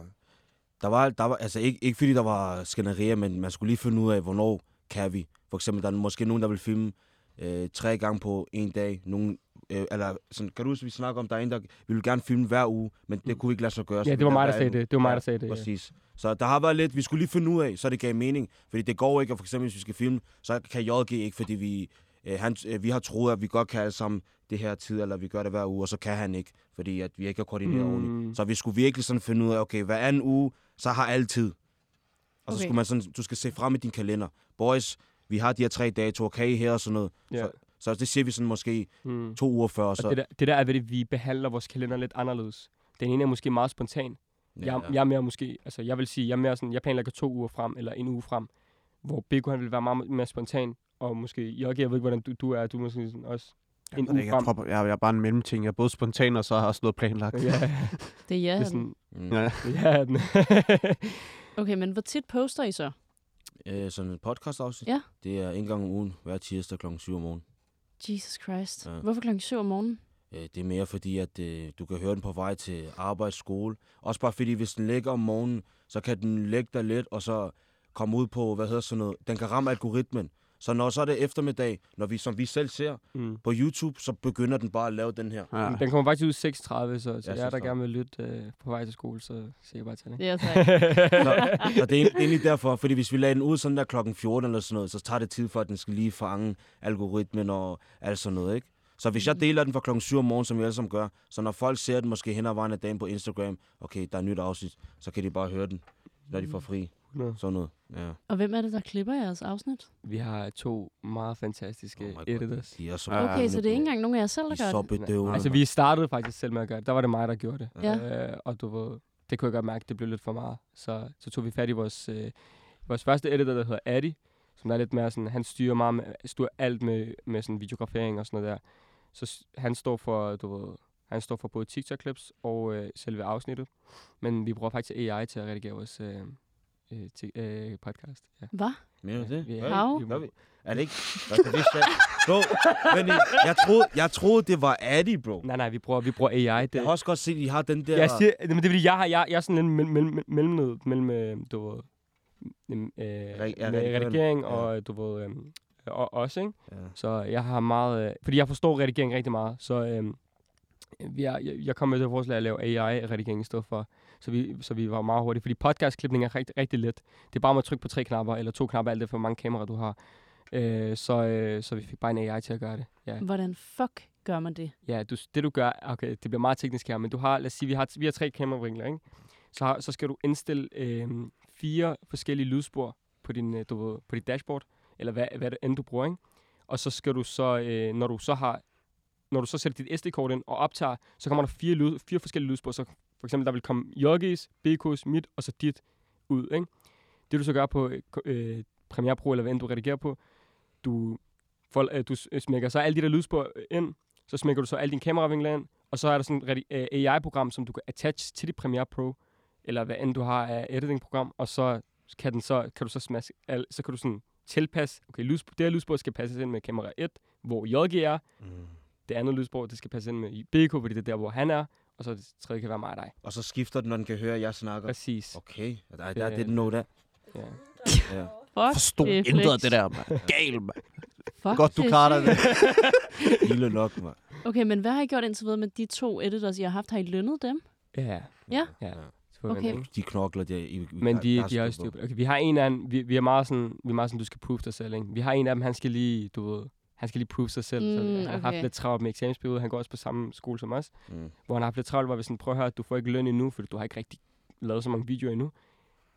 [SPEAKER 1] der var, der var altså ikke, ikke fordi der var skænderier, men man skulle lige finde ud af, hvornår kan vi. For eksempel, der er måske nogen, der vil filme øh, tre gange på en dag. Nogen, øh, eller sådan, kan du huske, vi snakker om, der er en, der vi vil gerne filme hver uge, men det kunne vi ikke lade sig gøre. så
[SPEAKER 2] Ja,
[SPEAKER 1] vi
[SPEAKER 2] det var
[SPEAKER 1] lader
[SPEAKER 2] mig,
[SPEAKER 1] være
[SPEAKER 2] der sagde
[SPEAKER 1] endnu.
[SPEAKER 2] det. Det var mig,
[SPEAKER 1] Ja,
[SPEAKER 2] der sagde det. ja.
[SPEAKER 1] Præcis. Så der har været lidt, vi skulle lige finde ud af, så det gav mening. Fordi det går ikke, og for eksempel hvis vi skal filme, så kan JG ikke, fordi vi, øh, han, øh, vi har troet, at vi godt kan alle sammen det her tid, eller vi gør det hver uge, og så kan han ikke, fordi at vi ikke har koordineret
[SPEAKER 2] Mm.
[SPEAKER 1] mm. ordentligt. Så vi skulle virkelig sådan finde ud af, okay, hver anden uge, så har alle tid. Og så
[SPEAKER 11] Okay.
[SPEAKER 1] skulle man sådan, du skal se frem i din kalender. Boys, vi har de her tre datoer, kan I her og sådan noget.
[SPEAKER 2] Ja.
[SPEAKER 1] Så, så det siger vi sådan måske
[SPEAKER 2] Mm.
[SPEAKER 1] to uger før. Så,
[SPEAKER 2] Og det der, det der er ved det, vi behandler vores kalender lidt anderledes. Den ene er måske meget spontan. Ja, jeg, jeg er mere måske, altså jeg vil sige, jeg er mere sådan, jeg planlægger to uger frem, eller en uge frem, hvor Beko han vil være meget mere spontan, og måske, jeg, jeg ved ikke, hvordan du, du er, du er måske sådan også en
[SPEAKER 12] Jeg,
[SPEAKER 2] uge
[SPEAKER 12] jeg,
[SPEAKER 2] frem.
[SPEAKER 12] tror, jeg, jeg er bare en mellemting. Jeg er både spontan, og så har jeg også noget
[SPEAKER 2] <laughs>
[SPEAKER 12] planlagt.
[SPEAKER 2] Ja,
[SPEAKER 11] Det er ja.
[SPEAKER 2] det er
[SPEAKER 11] eller-
[SPEAKER 2] sådan,
[SPEAKER 1] Mm.
[SPEAKER 12] Ja.
[SPEAKER 2] ja, <laughs> den.
[SPEAKER 11] Okay, men hvor tit poster I så?
[SPEAKER 1] Øh, sådan et podcast afsnit.
[SPEAKER 11] Ja.
[SPEAKER 1] Det er en gang om ugen, hver tirsdag kl. 7 om morgenen.
[SPEAKER 11] Jesus Christ.
[SPEAKER 1] Ja.
[SPEAKER 11] Hvorfor klokken 7 om morgenen?
[SPEAKER 1] Øh, det er mere fordi, at øh, du kan høre den på vej til arbejde, skole. Også bare fordi, hvis den ligger om morgenen, så kan den lægge dig lidt, og så komme ud på, hvad hedder sådan noget, den kan ramme algoritmen. Så når så er det eftermiddag, når vi, som vi selv ser
[SPEAKER 2] mm.
[SPEAKER 1] på YouTube, så begynder den bare at lave den her.
[SPEAKER 12] <laughs> Ja.
[SPEAKER 2] Den kommer faktisk ud 36, så, så
[SPEAKER 1] Ja,
[SPEAKER 2] jeg er der
[SPEAKER 1] 36.
[SPEAKER 2] gerne vil lytte øh, på vej til skole, så ser jeg bare til det.
[SPEAKER 11] Det er altså
[SPEAKER 1] Så, så det er egentlig- egentlig derfor, fordi hvis vi lader den ud sådan der klokken 14 eller sådan noget, så tager det tid for, at den skal lige fange algoritmen og alt sådan noget, ikke? Så hvis jeg deler den fra klokken 7 om morgenen, som vi alle sammen gør, så når folk ser den måske hen ad vejen af dagen på Instagram, okay, der er nyt afsnit, så kan de bare høre den, når de får fri.
[SPEAKER 2] 100.
[SPEAKER 1] Sådan noget, ja.
[SPEAKER 11] Og hvem er det, der klipper jeres afsnit?
[SPEAKER 2] Vi har to meget fantastiske
[SPEAKER 1] Oh
[SPEAKER 2] oh
[SPEAKER 1] my God,
[SPEAKER 2] editors.
[SPEAKER 1] De er så
[SPEAKER 12] Ja.
[SPEAKER 11] Okay, så det er ikke engang nogen af jer selv,
[SPEAKER 1] De
[SPEAKER 11] der
[SPEAKER 1] er så
[SPEAKER 11] gør det?
[SPEAKER 1] bedøvende.
[SPEAKER 2] Altså, vi startede faktisk selv med at gøre det. Der var det mig, der gjorde det.
[SPEAKER 11] Ja.
[SPEAKER 2] Øh, og du ved, det kunne jeg godt mærke, det blev lidt for meget. Så, så tog vi fat i vores, øh, vores første editor, der hedder Addy, som er lidt mere sådan, han styrer, meget med, styrer alt med, med sådan videografering og sådan noget der. Så s- han står for, du ved, han står for både TikTok-clips og øh, selve afsnittet. Men vi bruger faktisk AI til at redigere vores øh, øh, ti- øh, podcast. Ja.
[SPEAKER 11] Hvad?
[SPEAKER 1] Mener du det?
[SPEAKER 2] Vi-
[SPEAKER 1] Gør vi?
[SPEAKER 11] Hav?
[SPEAKER 1] Gør vi? Er det ikke? Altså, det er sandt. Bro, men jeg troede, jeg troede, det var Addy, bro.
[SPEAKER 2] Nej, nej, vi bruger, vi bruger AI. Det,
[SPEAKER 1] Jeg har også godt set, at I har den der...
[SPEAKER 2] Jeg siger, men det er fordi, jeg, har, jeg, jeg er sådan lidt mellem, mellem, mellem, mellem øh, du ved, mellem, øh,
[SPEAKER 1] ja,
[SPEAKER 2] med
[SPEAKER 1] redigering.
[SPEAKER 2] redigering
[SPEAKER 1] Ja.
[SPEAKER 2] og, øh, du ved, øh, og også, ikke?
[SPEAKER 1] Ja.
[SPEAKER 2] Så jeg har meget, øh, fordi jeg forstår redigering rigtig meget, så øh, jeg, jeg, jeg kom med det forslag at lave AI-redigering i stedet for, så vi, så vi var meget hurtige, fordi podcastklipning er rigtig, rigtig let. Det er bare med at trykke på tre knapper, eller to knapper, alt det for mange kameraer, du har. Øh, så, øh, så vi fik bare en AI til at gøre det. Ja.
[SPEAKER 11] Hvordan fuck gør man det?
[SPEAKER 2] Ja, du, det du gør, okay, det bliver meget teknisk her, men du har, lad os sige, vi har, vi har tre kameravinkler, ikke? Så, har, så skal du indstille øh, fire forskellige lydspor på, din, øh, du ved, på dit dashboard, eller hvad, hvad det end du bruger, ikke? Og så skal du så, øh, når du så har, når du så sætter dit SD-kort ind og optager, så kommer der fire, lyd, fire forskellige lydspor, så for eksempel der vil komme Jørgis, BK's, mit og så dit ud, ikke? Det du så gør på øh, ko- øh, Premiere Pro, eller hvad end du redigerer på, du, for, øh, du s- smækker så alle de der lydspor øh, ind, så smækker du så alle dine kameravinkler ind, og så er der sådan et rigtig, øh, AI-program, som du kan attach til dit Premiere Pro, eller hvad end du har af editing-program, og så kan, den så, kan du så smaske, al, så kan du sådan tilpasse, okay, lys, det her lydspor skal passes ind med kamera 1, hvor JG er,
[SPEAKER 1] Mm.
[SPEAKER 2] det andet lydspor, det skal passe ind med BK, fordi det er der, hvor han er, og så det tredje kan være mig og dig.
[SPEAKER 1] Og så skifter den, når den kan høre, at jeg snakker.
[SPEAKER 2] Præcis.
[SPEAKER 1] Okay, I, I, I didn't know that.
[SPEAKER 2] Ja.
[SPEAKER 1] Ja.
[SPEAKER 11] Fuck,
[SPEAKER 12] Forstod
[SPEAKER 11] det er
[SPEAKER 12] intet af
[SPEAKER 11] flex.
[SPEAKER 12] det der, <laughs> mand. Gal, mand.
[SPEAKER 11] Fuck,
[SPEAKER 12] Godt, du
[SPEAKER 11] det er
[SPEAKER 12] klarer dig.
[SPEAKER 11] sygt.
[SPEAKER 1] Lille nok, mand.
[SPEAKER 11] Okay, men hvad har I gjort indtil videre med de to editors, I har haft? Har I lønnet dem?
[SPEAKER 2] Ja.
[SPEAKER 11] Ja.
[SPEAKER 2] ja.
[SPEAKER 11] Okay.
[SPEAKER 2] Okay.
[SPEAKER 1] De knokler der. I, i,
[SPEAKER 2] Men
[SPEAKER 1] der-
[SPEAKER 2] de,
[SPEAKER 1] der
[SPEAKER 2] de har også
[SPEAKER 1] styr
[SPEAKER 2] styr
[SPEAKER 1] på.
[SPEAKER 2] på det. Okay, vi har en af dem, vi, vi, er meget sådan, vi er meget sådan, du skal prove dig selv, ikke? Vi har en af dem, han skal lige, du ved, han skal lige prove sig selv. Mm, så
[SPEAKER 11] Mm,
[SPEAKER 2] han har haft
[SPEAKER 11] okay.
[SPEAKER 2] lidt travlt med eksamensperioden. Han går også på samme skole som os,
[SPEAKER 1] Mm.
[SPEAKER 2] mm. hvor han har haft lidt travlt, hvor vi sådan, prøv at høre, du får ikke løn endnu, fordi du har ikke rigtig lavet så mange videoer endnu.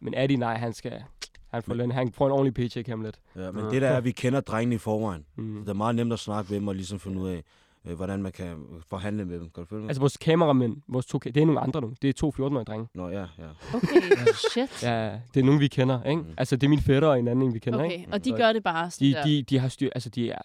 [SPEAKER 2] Men Adi, nej, han skal, han får løn. Han får en ordentlig paycheck ham lidt.
[SPEAKER 1] Ja, men det der er, at vi kender drengene i forvejen.
[SPEAKER 2] Mm.
[SPEAKER 1] Det er meget nemt at snakke med dem og ligesom finde ud af, øh, hvordan man kan forhandle med dem. Kan du følge mig?
[SPEAKER 2] Altså vores kameramænd, vores to, ka- det er nogle andre nu. Det er to 14-årige drenge.
[SPEAKER 1] Nå, ja, ja.
[SPEAKER 11] Okay, shit.
[SPEAKER 2] Ja, det er nogen, vi kender, ikke?
[SPEAKER 1] Mm.
[SPEAKER 2] Mm. Altså, det er min fætter og en anden, en, vi kender, ikke?
[SPEAKER 11] Okay, og de
[SPEAKER 2] Så-
[SPEAKER 11] gør det bare sådan
[SPEAKER 2] De,
[SPEAKER 11] der.
[SPEAKER 2] de, de har styr... Altså, de er...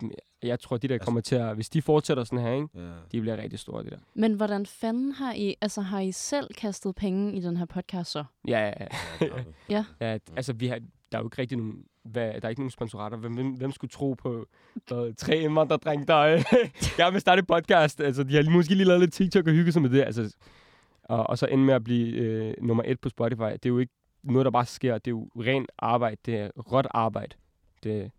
[SPEAKER 2] De, jeg tror, de der kommer til at... Hvis de fortsætter sådan her, ikke?
[SPEAKER 1] ja.
[SPEAKER 2] De bliver rigtig store, de der.
[SPEAKER 11] Men hvordan fanden har I, altså har I selv kastet penge i den her podcast så?
[SPEAKER 2] Ja, ja, ja.
[SPEAKER 1] Ja, det har vi.
[SPEAKER 2] ja d- altså, vi har, der er jo ikke rigtig nogen... Hvad, der er ikke nogen sponsorater. Hvem, hvem, hvem skulle tro på hvad, tre indvandrerdreng, der øh, <laughs> gerne vil starte et podcast? Altså, de har lige- måske lige lavet lidt TikTok og hygget sig med det. Altså, og, og så ende med at blive øh, nummer et på Spotify. Det er jo ikke noget, der bare sker. Det er jo ren arbejde. Det er råt arbejde. Det,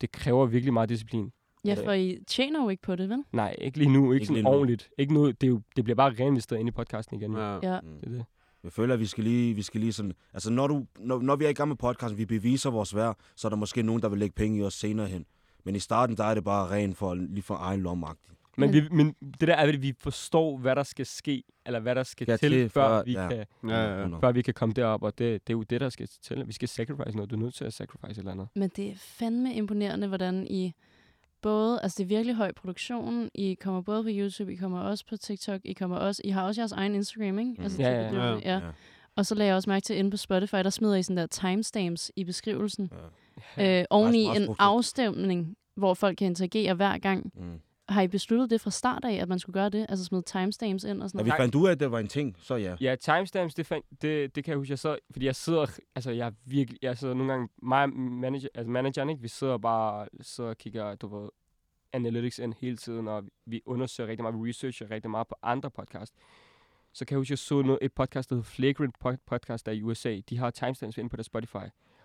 [SPEAKER 2] det kræver virkelig meget disciplin.
[SPEAKER 11] Ja,
[SPEAKER 2] Øh.
[SPEAKER 11] for I tjener jo ikke på det, vel?
[SPEAKER 2] Nej, ikke lige nu. Ikke,
[SPEAKER 1] Ikke
[SPEAKER 2] ikke sådan
[SPEAKER 1] lige nu.
[SPEAKER 2] ordentligt. Ikke noget, det, er jo, det bliver bare reinvesteret ind i podcasten igen. Ja.
[SPEAKER 11] Ja.
[SPEAKER 2] Det, er det.
[SPEAKER 1] Mm. Jeg føler, at vi skal lige, vi skal lige sådan... Altså, når, du, når, når vi er i gang med podcasten, vi beviser vores værd, så er der måske nogen, der vil lægge penge i os senere hen. Men i starten, der er det bare ren for, lige for egen lommagt.
[SPEAKER 2] Men, vi, men det der er, at vi forstår, hvad der skal ske, eller hvad der skal
[SPEAKER 1] Ja,
[SPEAKER 2] ja, til,
[SPEAKER 1] det er
[SPEAKER 2] til,
[SPEAKER 1] før-
[SPEAKER 2] før, vi
[SPEAKER 1] ja.
[SPEAKER 2] ja. kan,
[SPEAKER 12] Ja, ja, ja.
[SPEAKER 2] før vi kan komme derop. Og det, det er jo det, der skal til. Vi skal sacrifice noget. Du er nødt til at sacrifice et eller andet.
[SPEAKER 11] Men det er fandme imponerende, hvordan I både, altså det er virkelig høj produktion, I kommer både på YouTube, I kommer også på TikTok, I kommer også, I har også jeres egen Instagram, ikke?
[SPEAKER 1] Mm.
[SPEAKER 11] Altså,
[SPEAKER 2] Ja,
[SPEAKER 11] det-
[SPEAKER 2] ja,
[SPEAKER 11] det-
[SPEAKER 12] ja.
[SPEAKER 11] ja.
[SPEAKER 1] Ja.
[SPEAKER 11] Og så lagde jeg også mærke til, inde på Spotify, der smider I sådan der timestamps i beskrivelsen. Ja. Øh, oven i
[SPEAKER 1] meget
[SPEAKER 11] en
[SPEAKER 1] smukt.
[SPEAKER 11] afstemning, hvor folk kan interagere hver gang.
[SPEAKER 1] Mm.
[SPEAKER 11] Har I besluttet det fra start af, at man skulle gøre det? Altså smide timestamps ind og sådan
[SPEAKER 1] Da
[SPEAKER 11] noget?
[SPEAKER 1] vi fandt ud af, at det var en ting, så ja.
[SPEAKER 2] Ja, timestamps, det, fandt, det, det kan jeg huske, jeg sad, fordi jeg sidder, altså jeg er virkelig, jeg sidder nogle gange, mig og manager, altså manageren, ikke, vi sidder bare, sidder og kigger, du ved, analytics ind hele tiden, og vi undersøger rigtig meget, vi researcher rigtig meget på andre podcast. Så kan jeg huske, jeg så noget, et podcast, der hedder Flagrant Pod- Podcast, der er i USA, de har timestamps inde på deres Spotify,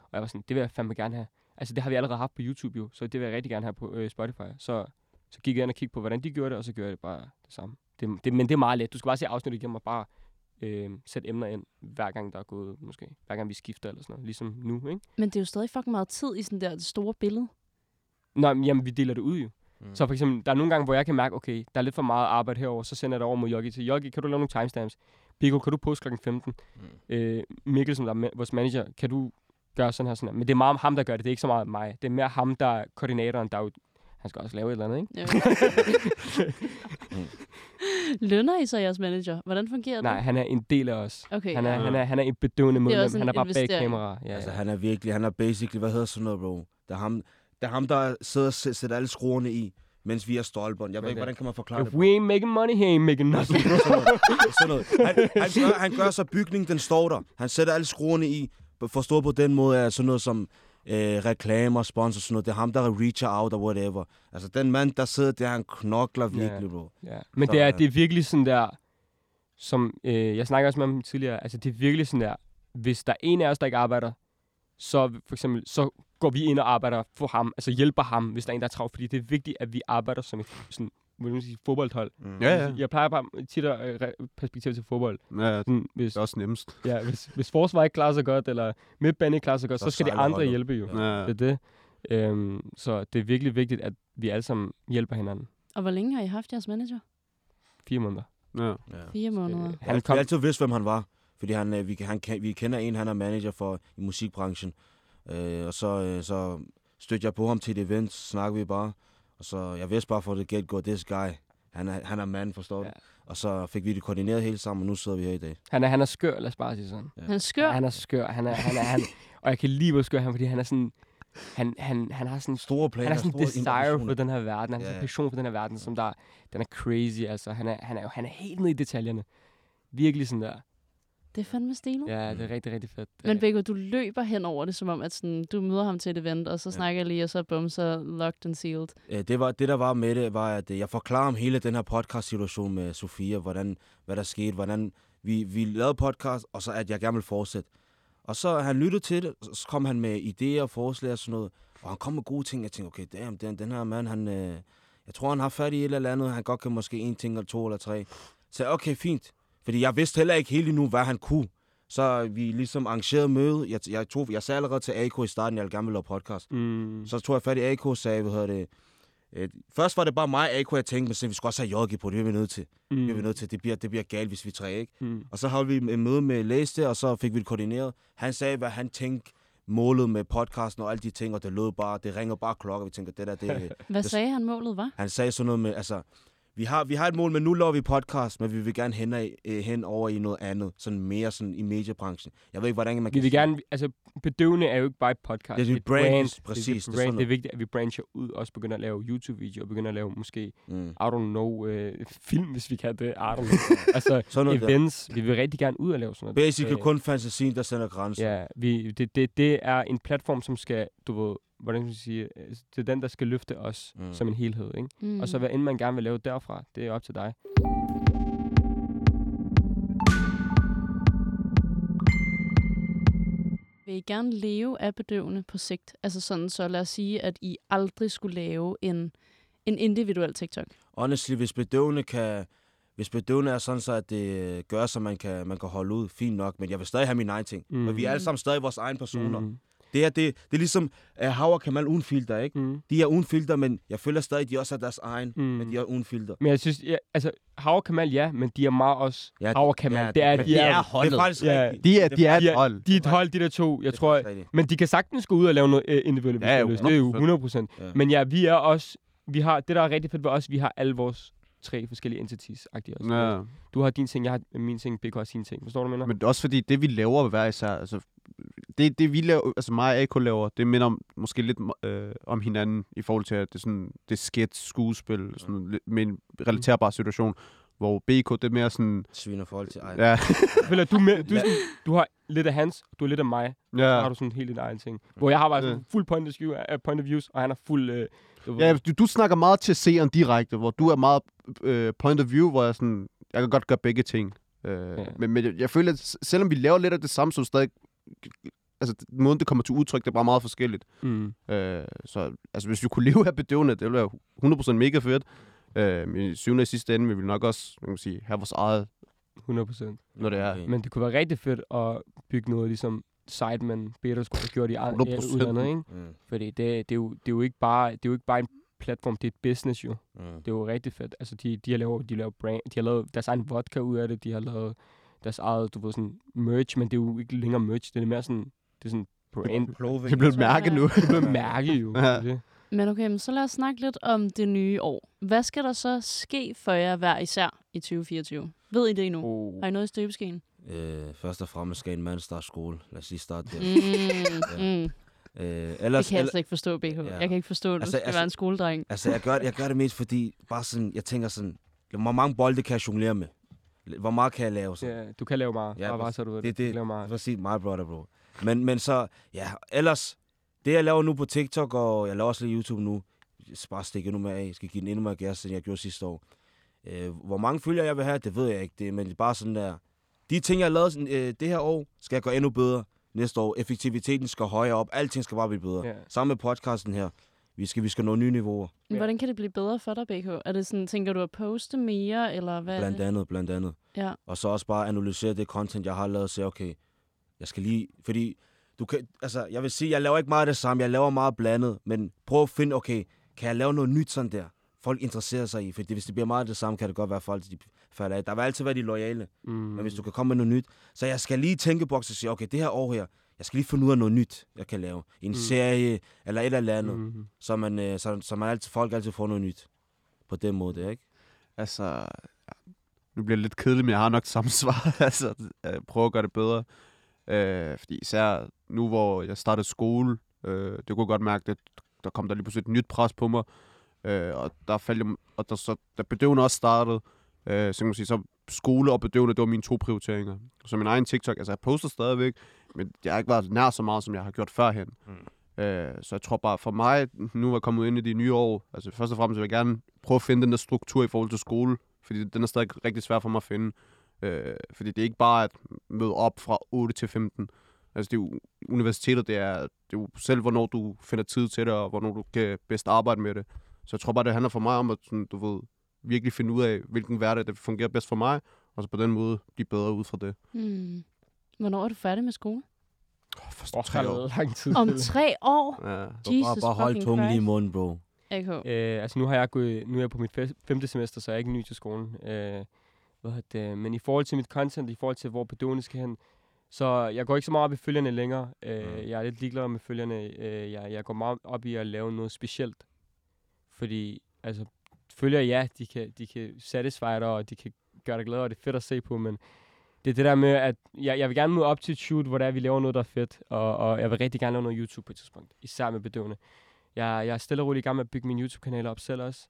[SPEAKER 2] og jeg var sådan, det vil jeg fandme gerne have. Altså det har vi allerede haft på YouTube jo, så det vil jeg rigtig gerne have på øh, Spotify. Så, så gik jeg ind og kiggede på, hvordan de gjorde det, og så gjorde jeg det bare det samme. Det, det, men det er meget let. Du skal bare se afsnittet igennem og bare øh, sætte emner ind, hver gang der er gået, måske. Hver gang vi skifter eller sådan noget. Ligesom nu, ikke?
[SPEAKER 11] Men det er jo stadig fucking meget tid i sådan der det store billede. <laughs>
[SPEAKER 2] Nå, men, jamen, vi deler det ud jo. Mm. Så for eksempel, der er nogle gange, hvor jeg kan mærke, okay, der er lidt for meget arbejde herover, så sender jeg det over mod Jogi til, Jogi, kan du lave nogle timestamps? Pico, kan du poste kl. 15? Mm. Øh, Mikkel, som der er ma- vores manager, kan du gøre sådan her, sådan her? Men det er meget ham, der gør det, det er ikke så meget mig. Det er mere ham, der er koordinatoren, der er jo, han skal også lave et eller andet, ikke?
[SPEAKER 11] Ja. Lønner I så jeres manager? Hvordan
[SPEAKER 2] <laughs>
[SPEAKER 11] fungerer
[SPEAKER 2] Nej,
[SPEAKER 11] det?
[SPEAKER 2] han er en del af os.
[SPEAKER 11] Okay,
[SPEAKER 2] han, er,
[SPEAKER 11] ja.
[SPEAKER 2] han, er, han er en bedøvende medlem,
[SPEAKER 11] også en
[SPEAKER 2] han er bare bag
[SPEAKER 11] investering.
[SPEAKER 2] kamera. Ja,
[SPEAKER 1] Altså,
[SPEAKER 2] ja.
[SPEAKER 1] han er virkelig, han er basically, hvad hedder sådan noget, bro? Det er ham, det er ham der sidder og sæ- sætter alle skruerne i, mens vi er stolperen. Jeg ved
[SPEAKER 2] Men
[SPEAKER 1] ikke,
[SPEAKER 2] det-
[SPEAKER 1] hvordan kan man forklare det? Altså,
[SPEAKER 2] If we ain't making money, he ain't making nothing.
[SPEAKER 1] <laughs> Sådan noget. Sådan
[SPEAKER 12] <laughs>
[SPEAKER 1] noget. Han, han, gør, han gør så bygningen, den står der. Han sætter alle skruerne i. Forstået på den måde er sådan noget som øh, reklamer, sponsor, sådan noget. Det er ham, der reacher out og whatever. Altså, den mand, der sidder der, han knokler virkelig, bro.
[SPEAKER 2] Ja. Men
[SPEAKER 1] Så,
[SPEAKER 2] det, er,
[SPEAKER 1] øh,
[SPEAKER 2] det er virkelig sådan der, som øh, jeg snakkede også med ham tidligere, altså det er virkelig sådan der, hvis der er en af os, der ikke arbejder, så vi- for eksempel, så går vi ind og arbejder for ham, altså hjælper ham, hvis der er en, der er travlt, fordi det er vigtigt, at vi arbejder som et sådan, hvordan man sige, fodboldhold.
[SPEAKER 1] Mm.
[SPEAKER 12] Ja, ja.
[SPEAKER 2] Jeg plejer bare tit at øh, re- perspektiv til fodbold.
[SPEAKER 12] ja det
[SPEAKER 2] Sådan, hvis,
[SPEAKER 12] er også nemmest.
[SPEAKER 2] ja, hvis, hvis forsvaret ikke klarer sig godt, eller midtbanen ikke klarer sig godt,
[SPEAKER 1] Så
[SPEAKER 2] så, skal de
[SPEAKER 1] sejler
[SPEAKER 2] andre
[SPEAKER 1] holdet.
[SPEAKER 2] hjælpe jo.
[SPEAKER 12] Ja.
[SPEAKER 2] Det er det. Øhm, så det er virkelig vigtigt, at vi alle sammen hjælper hinanden.
[SPEAKER 11] Og hvor længe har I haft jeres manager?
[SPEAKER 2] Fire måneder.
[SPEAKER 12] ja.
[SPEAKER 1] Ja.
[SPEAKER 11] Fire måneder.
[SPEAKER 2] Øh,
[SPEAKER 1] Han kom... Vi altid vidste, hvem han var. Fordi han, øh, vi, kan- han, kan- vi kender en, han er manager for i musikbranchen. Øh, og så, øh, så stødte jeg på ham til et event, så snakkede vi bare. Og så, jeg vidste bare for det get go, this guy. Han er, han er mand, forstår du?
[SPEAKER 2] Ja.
[SPEAKER 1] Og så fik vi det koordineret hele sammen, og nu sidder vi her i dag.
[SPEAKER 2] Han er, han er skør, lad os bare sige sådan.
[SPEAKER 11] Han er skør.
[SPEAKER 2] Han er skør, han er, han er, han, og jeg kan lide, hvor skør han er, fordi han er sådan, han, han, han har sådan,
[SPEAKER 1] Store planer,
[SPEAKER 2] han har sådan
[SPEAKER 1] store
[SPEAKER 2] en desire for
[SPEAKER 1] ambitioner.
[SPEAKER 2] den her verden, han har sådan
[SPEAKER 1] Ja.
[SPEAKER 2] en passion for den her verden, som der, den er crazy, altså, han er, han er, jo- han er helt nede i detaljerne. Virkelig sådan der.
[SPEAKER 11] Det er fandme stenet. Ja.
[SPEAKER 2] Ja, det er rigtig, rigtig fedt. Øh,
[SPEAKER 11] Men Beko, du løber hen over det, som om, at sådan, du møder ham til et event, og så
[SPEAKER 1] Ja.
[SPEAKER 11] ja. snakker jeg lige, og så bum, så locked and sealed.
[SPEAKER 1] Øh, Det, var, det, der var med det, var, at øh, jeg forklarer om hele den her podcast-situation med Sofia, hvordan, hvad der skete, hvordan vi, vi lavede podcast, og så at jeg gerne ville fortsætte. Og så han lyttede til det, så kom han med idéer og forslag og sådan noget, og han kom med gode ting. Jeg tænkte, okay, damn, den, den her mand, han, øh, jeg tror, han har fat i et eller andet, han godt kan måske en ting eller to eller tre. Så jeg, okay, fint, fordi jeg vidste heller ikke helt endnu, hvad han kunne. Så vi ligesom arrangerede møde. Jeg, jeg, tog, jeg sagde allerede til AK i starten, at jeg gerne ville lave podcast.
[SPEAKER 2] Mm.
[SPEAKER 1] Så tog jeg fat i AK og sagde, hvad hedder det... øh, Først var det bare mig og AK, jeg tænkte, men så vi skal også have JG på, det bliver vi nødt til. Mm. Det bliver vi nødt til, det bliver, det bliver galt, hvis vi tre, ikke?
[SPEAKER 2] Mm.
[SPEAKER 1] Og så havde vi et møde med Læste, og så fik vi det koordineret. Han sagde, hvad han tænkte målet med podcasten og alle de ting, og det lød bare, det ringer bare klokker, vi tænker, det der, det
[SPEAKER 2] <laughs>
[SPEAKER 1] er-
[SPEAKER 11] Hvad
[SPEAKER 1] Jeg-
[SPEAKER 11] sagde han, målet var?
[SPEAKER 1] Han sagde sådan noget med, altså, vi har, vi har et mål, men nu laver vi podcast, men vi vil gerne hen, af, øh, hen over i noget andet, sådan mere sådan i mediebranchen. Jeg ved ikke, hvordan man
[SPEAKER 2] Vi
[SPEAKER 1] kan...
[SPEAKER 2] vil gerne, altså bedøvende er jo ikke bare et podcast.
[SPEAKER 1] Det er
[SPEAKER 2] et
[SPEAKER 1] et brand,
[SPEAKER 2] Det, er
[SPEAKER 1] præcis,
[SPEAKER 2] et
[SPEAKER 1] det er
[SPEAKER 2] brand.
[SPEAKER 1] sådan
[SPEAKER 2] det er
[SPEAKER 1] noget.
[SPEAKER 2] vigtigt, at vi brancher ud, også begynder at lave YouTube-videoer, begynder at lave måske, I
[SPEAKER 1] Mm. <laughs>
[SPEAKER 2] don't know, øh, film, hvis vi kan det, I don't know. altså
[SPEAKER 1] Sådan noget der.
[SPEAKER 2] events, vi vil rigtig gerne ud og lave sådan noget.
[SPEAKER 1] Basically
[SPEAKER 2] Øh,
[SPEAKER 1] kun fantasien, der sender grænser.
[SPEAKER 2] Ja, vi, det, det, det er en platform, som skal, du ved, hvordan skal man sige, øh, det er den, der skal løfte os
[SPEAKER 1] Mm.
[SPEAKER 2] mm. som en helhed, ikke?
[SPEAKER 11] Mm.
[SPEAKER 2] Mm. Og så hvad end man gerne vil lave derfra, det er op til dig.
[SPEAKER 11] Vil I gerne leve af bedøvende på sigt? Altså sådan, så lad os sige, at I aldrig skulle lave en, en individuel TikTok.
[SPEAKER 1] Honestly, hvis bedøvende kan... Hvis bedøvende er sådan så, at det øh, gør, så man kan, man kan holde ud, fint nok. Men jeg vil stadig have min egen ting. Mm. Men vi er alle sammen stadig vores egen personer.
[SPEAKER 2] Mhm.
[SPEAKER 1] Mm. Det, her, det, det er ligesom uh, Hav og Kamal uden filter, ikke?
[SPEAKER 2] Mm.
[SPEAKER 1] De er uden filter, men jeg føler stadig, de også er deres egen, mm.
[SPEAKER 2] Mm.
[SPEAKER 1] men de er uden filter.
[SPEAKER 2] Men jeg synes, ja, altså, Hav og Kamal, ja, men de er meget også
[SPEAKER 1] Ja,
[SPEAKER 2] ja, Hav og Kamal.
[SPEAKER 1] ja,
[SPEAKER 2] Ja, det er,
[SPEAKER 1] men
[SPEAKER 2] de er,
[SPEAKER 1] Det er faktisk
[SPEAKER 2] Ja.
[SPEAKER 1] rigtigt.
[SPEAKER 12] De er, de er
[SPEAKER 2] de
[SPEAKER 12] et
[SPEAKER 2] er-
[SPEAKER 12] hold.
[SPEAKER 2] de er et hold, de der to, jeg
[SPEAKER 1] Det er
[SPEAKER 2] tror.
[SPEAKER 1] faktisk rigtigt.
[SPEAKER 2] Men de kan sagtens gå ud og lave noget øh, individuelt.
[SPEAKER 12] Ja,
[SPEAKER 2] Ja,
[SPEAKER 12] jo,
[SPEAKER 2] det er jo 100 procent.
[SPEAKER 1] Ja.
[SPEAKER 2] Ja. Men ja, vi er også, vi har, det der er rigtig fedt ved os, vi har alle vores tre forskellige entities -agtige også.
[SPEAKER 12] Ja.
[SPEAKER 2] Du har din ting, jeg har øh, min ting, Big har sin ting. Forstår du, hvad jeg mener?
[SPEAKER 12] Men det er også fordi, det vi laver hver især, altså, det, det vi laver, altså mig og AK laver, det minder om, måske lidt øh, om hinanden, i forhold til, at det er sådan, det er sketch, skuespil, sådan, lidt med en relaterbar situation, hvor BK, det er mere sådan,
[SPEAKER 1] Sviner folk til egen. <laughs>
[SPEAKER 12] ja, <laughs>
[SPEAKER 2] Føler du, med, du, er sådan, du har lidt af hans, du har lidt af mig, så har
[SPEAKER 12] ja,
[SPEAKER 2] du sådan helt din egen ting. Hvor jeg har bare
[SPEAKER 12] Ja.
[SPEAKER 2] sådan fuld point of, view, uh, point of views, og han har fuld... Øh, du ved-
[SPEAKER 12] ja du, du snakker meget til seeren direkte, hvor du er meget øh, point of view, hvor jeg sådan, jeg kan godt gøre begge ting. Øh,
[SPEAKER 2] Ja.
[SPEAKER 12] men, men jeg føler, at s- selvom vi laver lidt af det samme, så er det stadig, altså, måden det kommer til udtryk, det er bare meget forskelligt.
[SPEAKER 2] mm.
[SPEAKER 12] Øh, så altså, hvis vi kunne <laughs> leve af bedøvende, det ville være 100% mega fedt. Øh, men i syvende og sidste ende, vi vil nok også man kan man sige, have vores eget,
[SPEAKER 2] 100 procent.
[SPEAKER 12] når det er.
[SPEAKER 1] Okay.
[SPEAKER 2] Men det kunne være rigtig fedt at bygge noget, ligesom Sideman Peter skulle have gjort i an-
[SPEAKER 12] 100%.
[SPEAKER 2] udlandet, ikke?
[SPEAKER 1] Mm.
[SPEAKER 2] Fordi det, det, er jo, det, er jo ikke bare, det er jo ikke bare en platform, det er et business jo.
[SPEAKER 1] Mm.
[SPEAKER 2] Det er jo rigtig fedt. Altså, de, de, har, lavet, de, laver brand, de har lavet deres egen vodka ud af det, de har lavet deres eget, du ved, sådan merch, men det er jo ikke længere merch, det er mere sådan, det er sådan brand.
[SPEAKER 1] <laughs>
[SPEAKER 12] Det er blevet et mærke nu. <laughs>
[SPEAKER 2] Det blev mærke jo.
[SPEAKER 12] Ja.
[SPEAKER 2] det er det.
[SPEAKER 11] Men okay, men så lad os snakke lidt om det nye år. Hvad skal der så ske for jer hver især i 2024? Ved I det endnu?
[SPEAKER 2] Oh.
[SPEAKER 11] Har I noget i støbeskeen?
[SPEAKER 1] Øh, først og fremmest skal en mand starte skole. Lad os lige starte der.
[SPEAKER 11] Mm, mm.
[SPEAKER 1] Øh,
[SPEAKER 11] Det
[SPEAKER 1] ellers,
[SPEAKER 11] kan jeg slet ikke forstå, BH.
[SPEAKER 1] Ja.
[SPEAKER 11] Jeg kan ikke forstå, at du
[SPEAKER 1] Altså-
[SPEAKER 11] skal
[SPEAKER 1] altså-
[SPEAKER 11] være en skoledreng.
[SPEAKER 1] Altså, jeg gør, jeg gør det mest, fordi bare sådan, jeg tænker sådan, hvor mange bolde kan jeg jonglere med? Hvor meget kan jeg lave? Så?
[SPEAKER 2] Ja, du kan lave meget.
[SPEAKER 1] Ja,
[SPEAKER 2] Ja, bare, bare
[SPEAKER 1] præcis.
[SPEAKER 2] så du ved,
[SPEAKER 1] Det er
[SPEAKER 2] det, du
[SPEAKER 1] det.
[SPEAKER 2] kan lave meget.
[SPEAKER 1] Præcis, my brother, bro. Men, men så, ja, ellers, det jeg laver nu på TikTok, og jeg laver også lidt YouTube nu, jeg skal bare stikke endnu mere af, jeg skal give den endnu mere gas, end jeg gjorde sidste år. Øh, hvor mange følgere jeg vil have, det ved jeg ikke, det, men det er bare sådan der, de ting, jeg har lavet sådan, øh, det her år, skal jeg gøre endnu bedre næste år. Effektiviteten skal højere op, alting skal bare blive bedre.
[SPEAKER 2] Ja.
[SPEAKER 1] Sammen med podcasten her, vi skal, vi skal nå nye niveauer.
[SPEAKER 2] Ja.
[SPEAKER 11] Hvordan kan det blive bedre for dig, BH? Er det sådan, tænker du at poste mere, eller hvad? er
[SPEAKER 1] Blandt
[SPEAKER 11] det?
[SPEAKER 1] andet, blandt andet.
[SPEAKER 11] Ja.
[SPEAKER 1] Og så også bare analysere det content, jeg har lavet, og sige, okay, jeg skal lige... Fordi, du kan, altså, jeg vil sige, jeg laver ikke meget af det samme, jeg laver meget blandet, men prøv at finde, okay, kan jeg lave noget nyt sådan der? Folk interesserer sig i, for hvis det bliver meget af det samme, kan det godt være, at folk de falder af. Der vil altid være de lojale,
[SPEAKER 2] Mm.
[SPEAKER 1] men hvis du kan komme med noget nyt. Så jeg skal lige tænke boks og sige, okay, det her år her, jeg skal lige finde ud af noget nyt, jeg kan lave. En mm. serie, eller et eller andet, mm.
[SPEAKER 2] Mm.
[SPEAKER 1] så, man, øh, så, så man altid, folk altid får noget nyt. På den måde, der, ikke?
[SPEAKER 12] Altså, ja, nu bliver det lidt kedeligt, men jeg har nok samme <laughs> svar. altså, øh, prøve at gøre det bedre. Øh, fordi især nu, hvor jeg startede skole, øh, det kunne jeg godt mærke, at der kom der lige pludselig et nyt pres på mig. Øh, og der faldt jeg, og der, så, der bedøvende også startede, øh, så kan man sige, så skole og bedøvende, det var mine to prioriteringer. Så min egen TikTok, altså jeg poster stadigvæk, men jeg har ikke været nær så meget, som jeg har gjort førhen. Mm. Øh, så jeg tror bare, for mig, nu er jeg kommet ind i de nye år, altså først og fremmest vil jeg gerne prøve at finde den der struktur i forhold til skole, fordi den er stadig rigtig svær for mig at finde. Øh, fordi det er ikke bare at møde op fra 8 til 15. Altså det er jo, universitetet, det er, det er jo selv, hvornår du finder tid til det, og hvornår du kan bedst arbejde med det. Så jeg tror bare, det handler for mig om at sådan, du ved, virkelig finde ud af, hvilken hverdag, der fungerer bedst for mig, og så på den måde blive bedre ud fra det.
[SPEAKER 11] Hmm. Hvornår er du færdig med skole?
[SPEAKER 12] Oh, først
[SPEAKER 2] Åh, der er lavet lang tid. <laughs>
[SPEAKER 11] Om
[SPEAKER 2] til det.
[SPEAKER 11] tre år?
[SPEAKER 12] Ja.
[SPEAKER 1] bare,
[SPEAKER 11] Jesus
[SPEAKER 1] bare hold
[SPEAKER 11] fucking
[SPEAKER 1] tungen lige i
[SPEAKER 11] Christ.
[SPEAKER 1] munden, bro.
[SPEAKER 11] AK.
[SPEAKER 2] Øh, altså nu har jeg gået, nu er jeg på mit fes- femte semester, så jeg er ikke ny til skolen. Øh, hvad hedder det, men i forhold til mit content, i forhold til hvor bedøvende skal hen, så jeg går ikke så meget op i følgerne længere. Øh, Jeg er lidt ligeglad med følgerne. Øh, jeg, jeg går meget op i at lave noget specielt. Fordi, altså, følger ja, de kan, de kan satisfy dig, og de kan gøre dig glad, og det er fedt at se på, men det er det der med, at jeg, jeg vil gerne møde op til et shoot, hvor det er, vi laver noget, der er fedt, og, og jeg vil rigtig gerne lave noget YouTube på et tidspunkt, især med bedøvende. Jeg, jeg er stille og roligt i gang med at bygge min YouTube-kanal op selv også.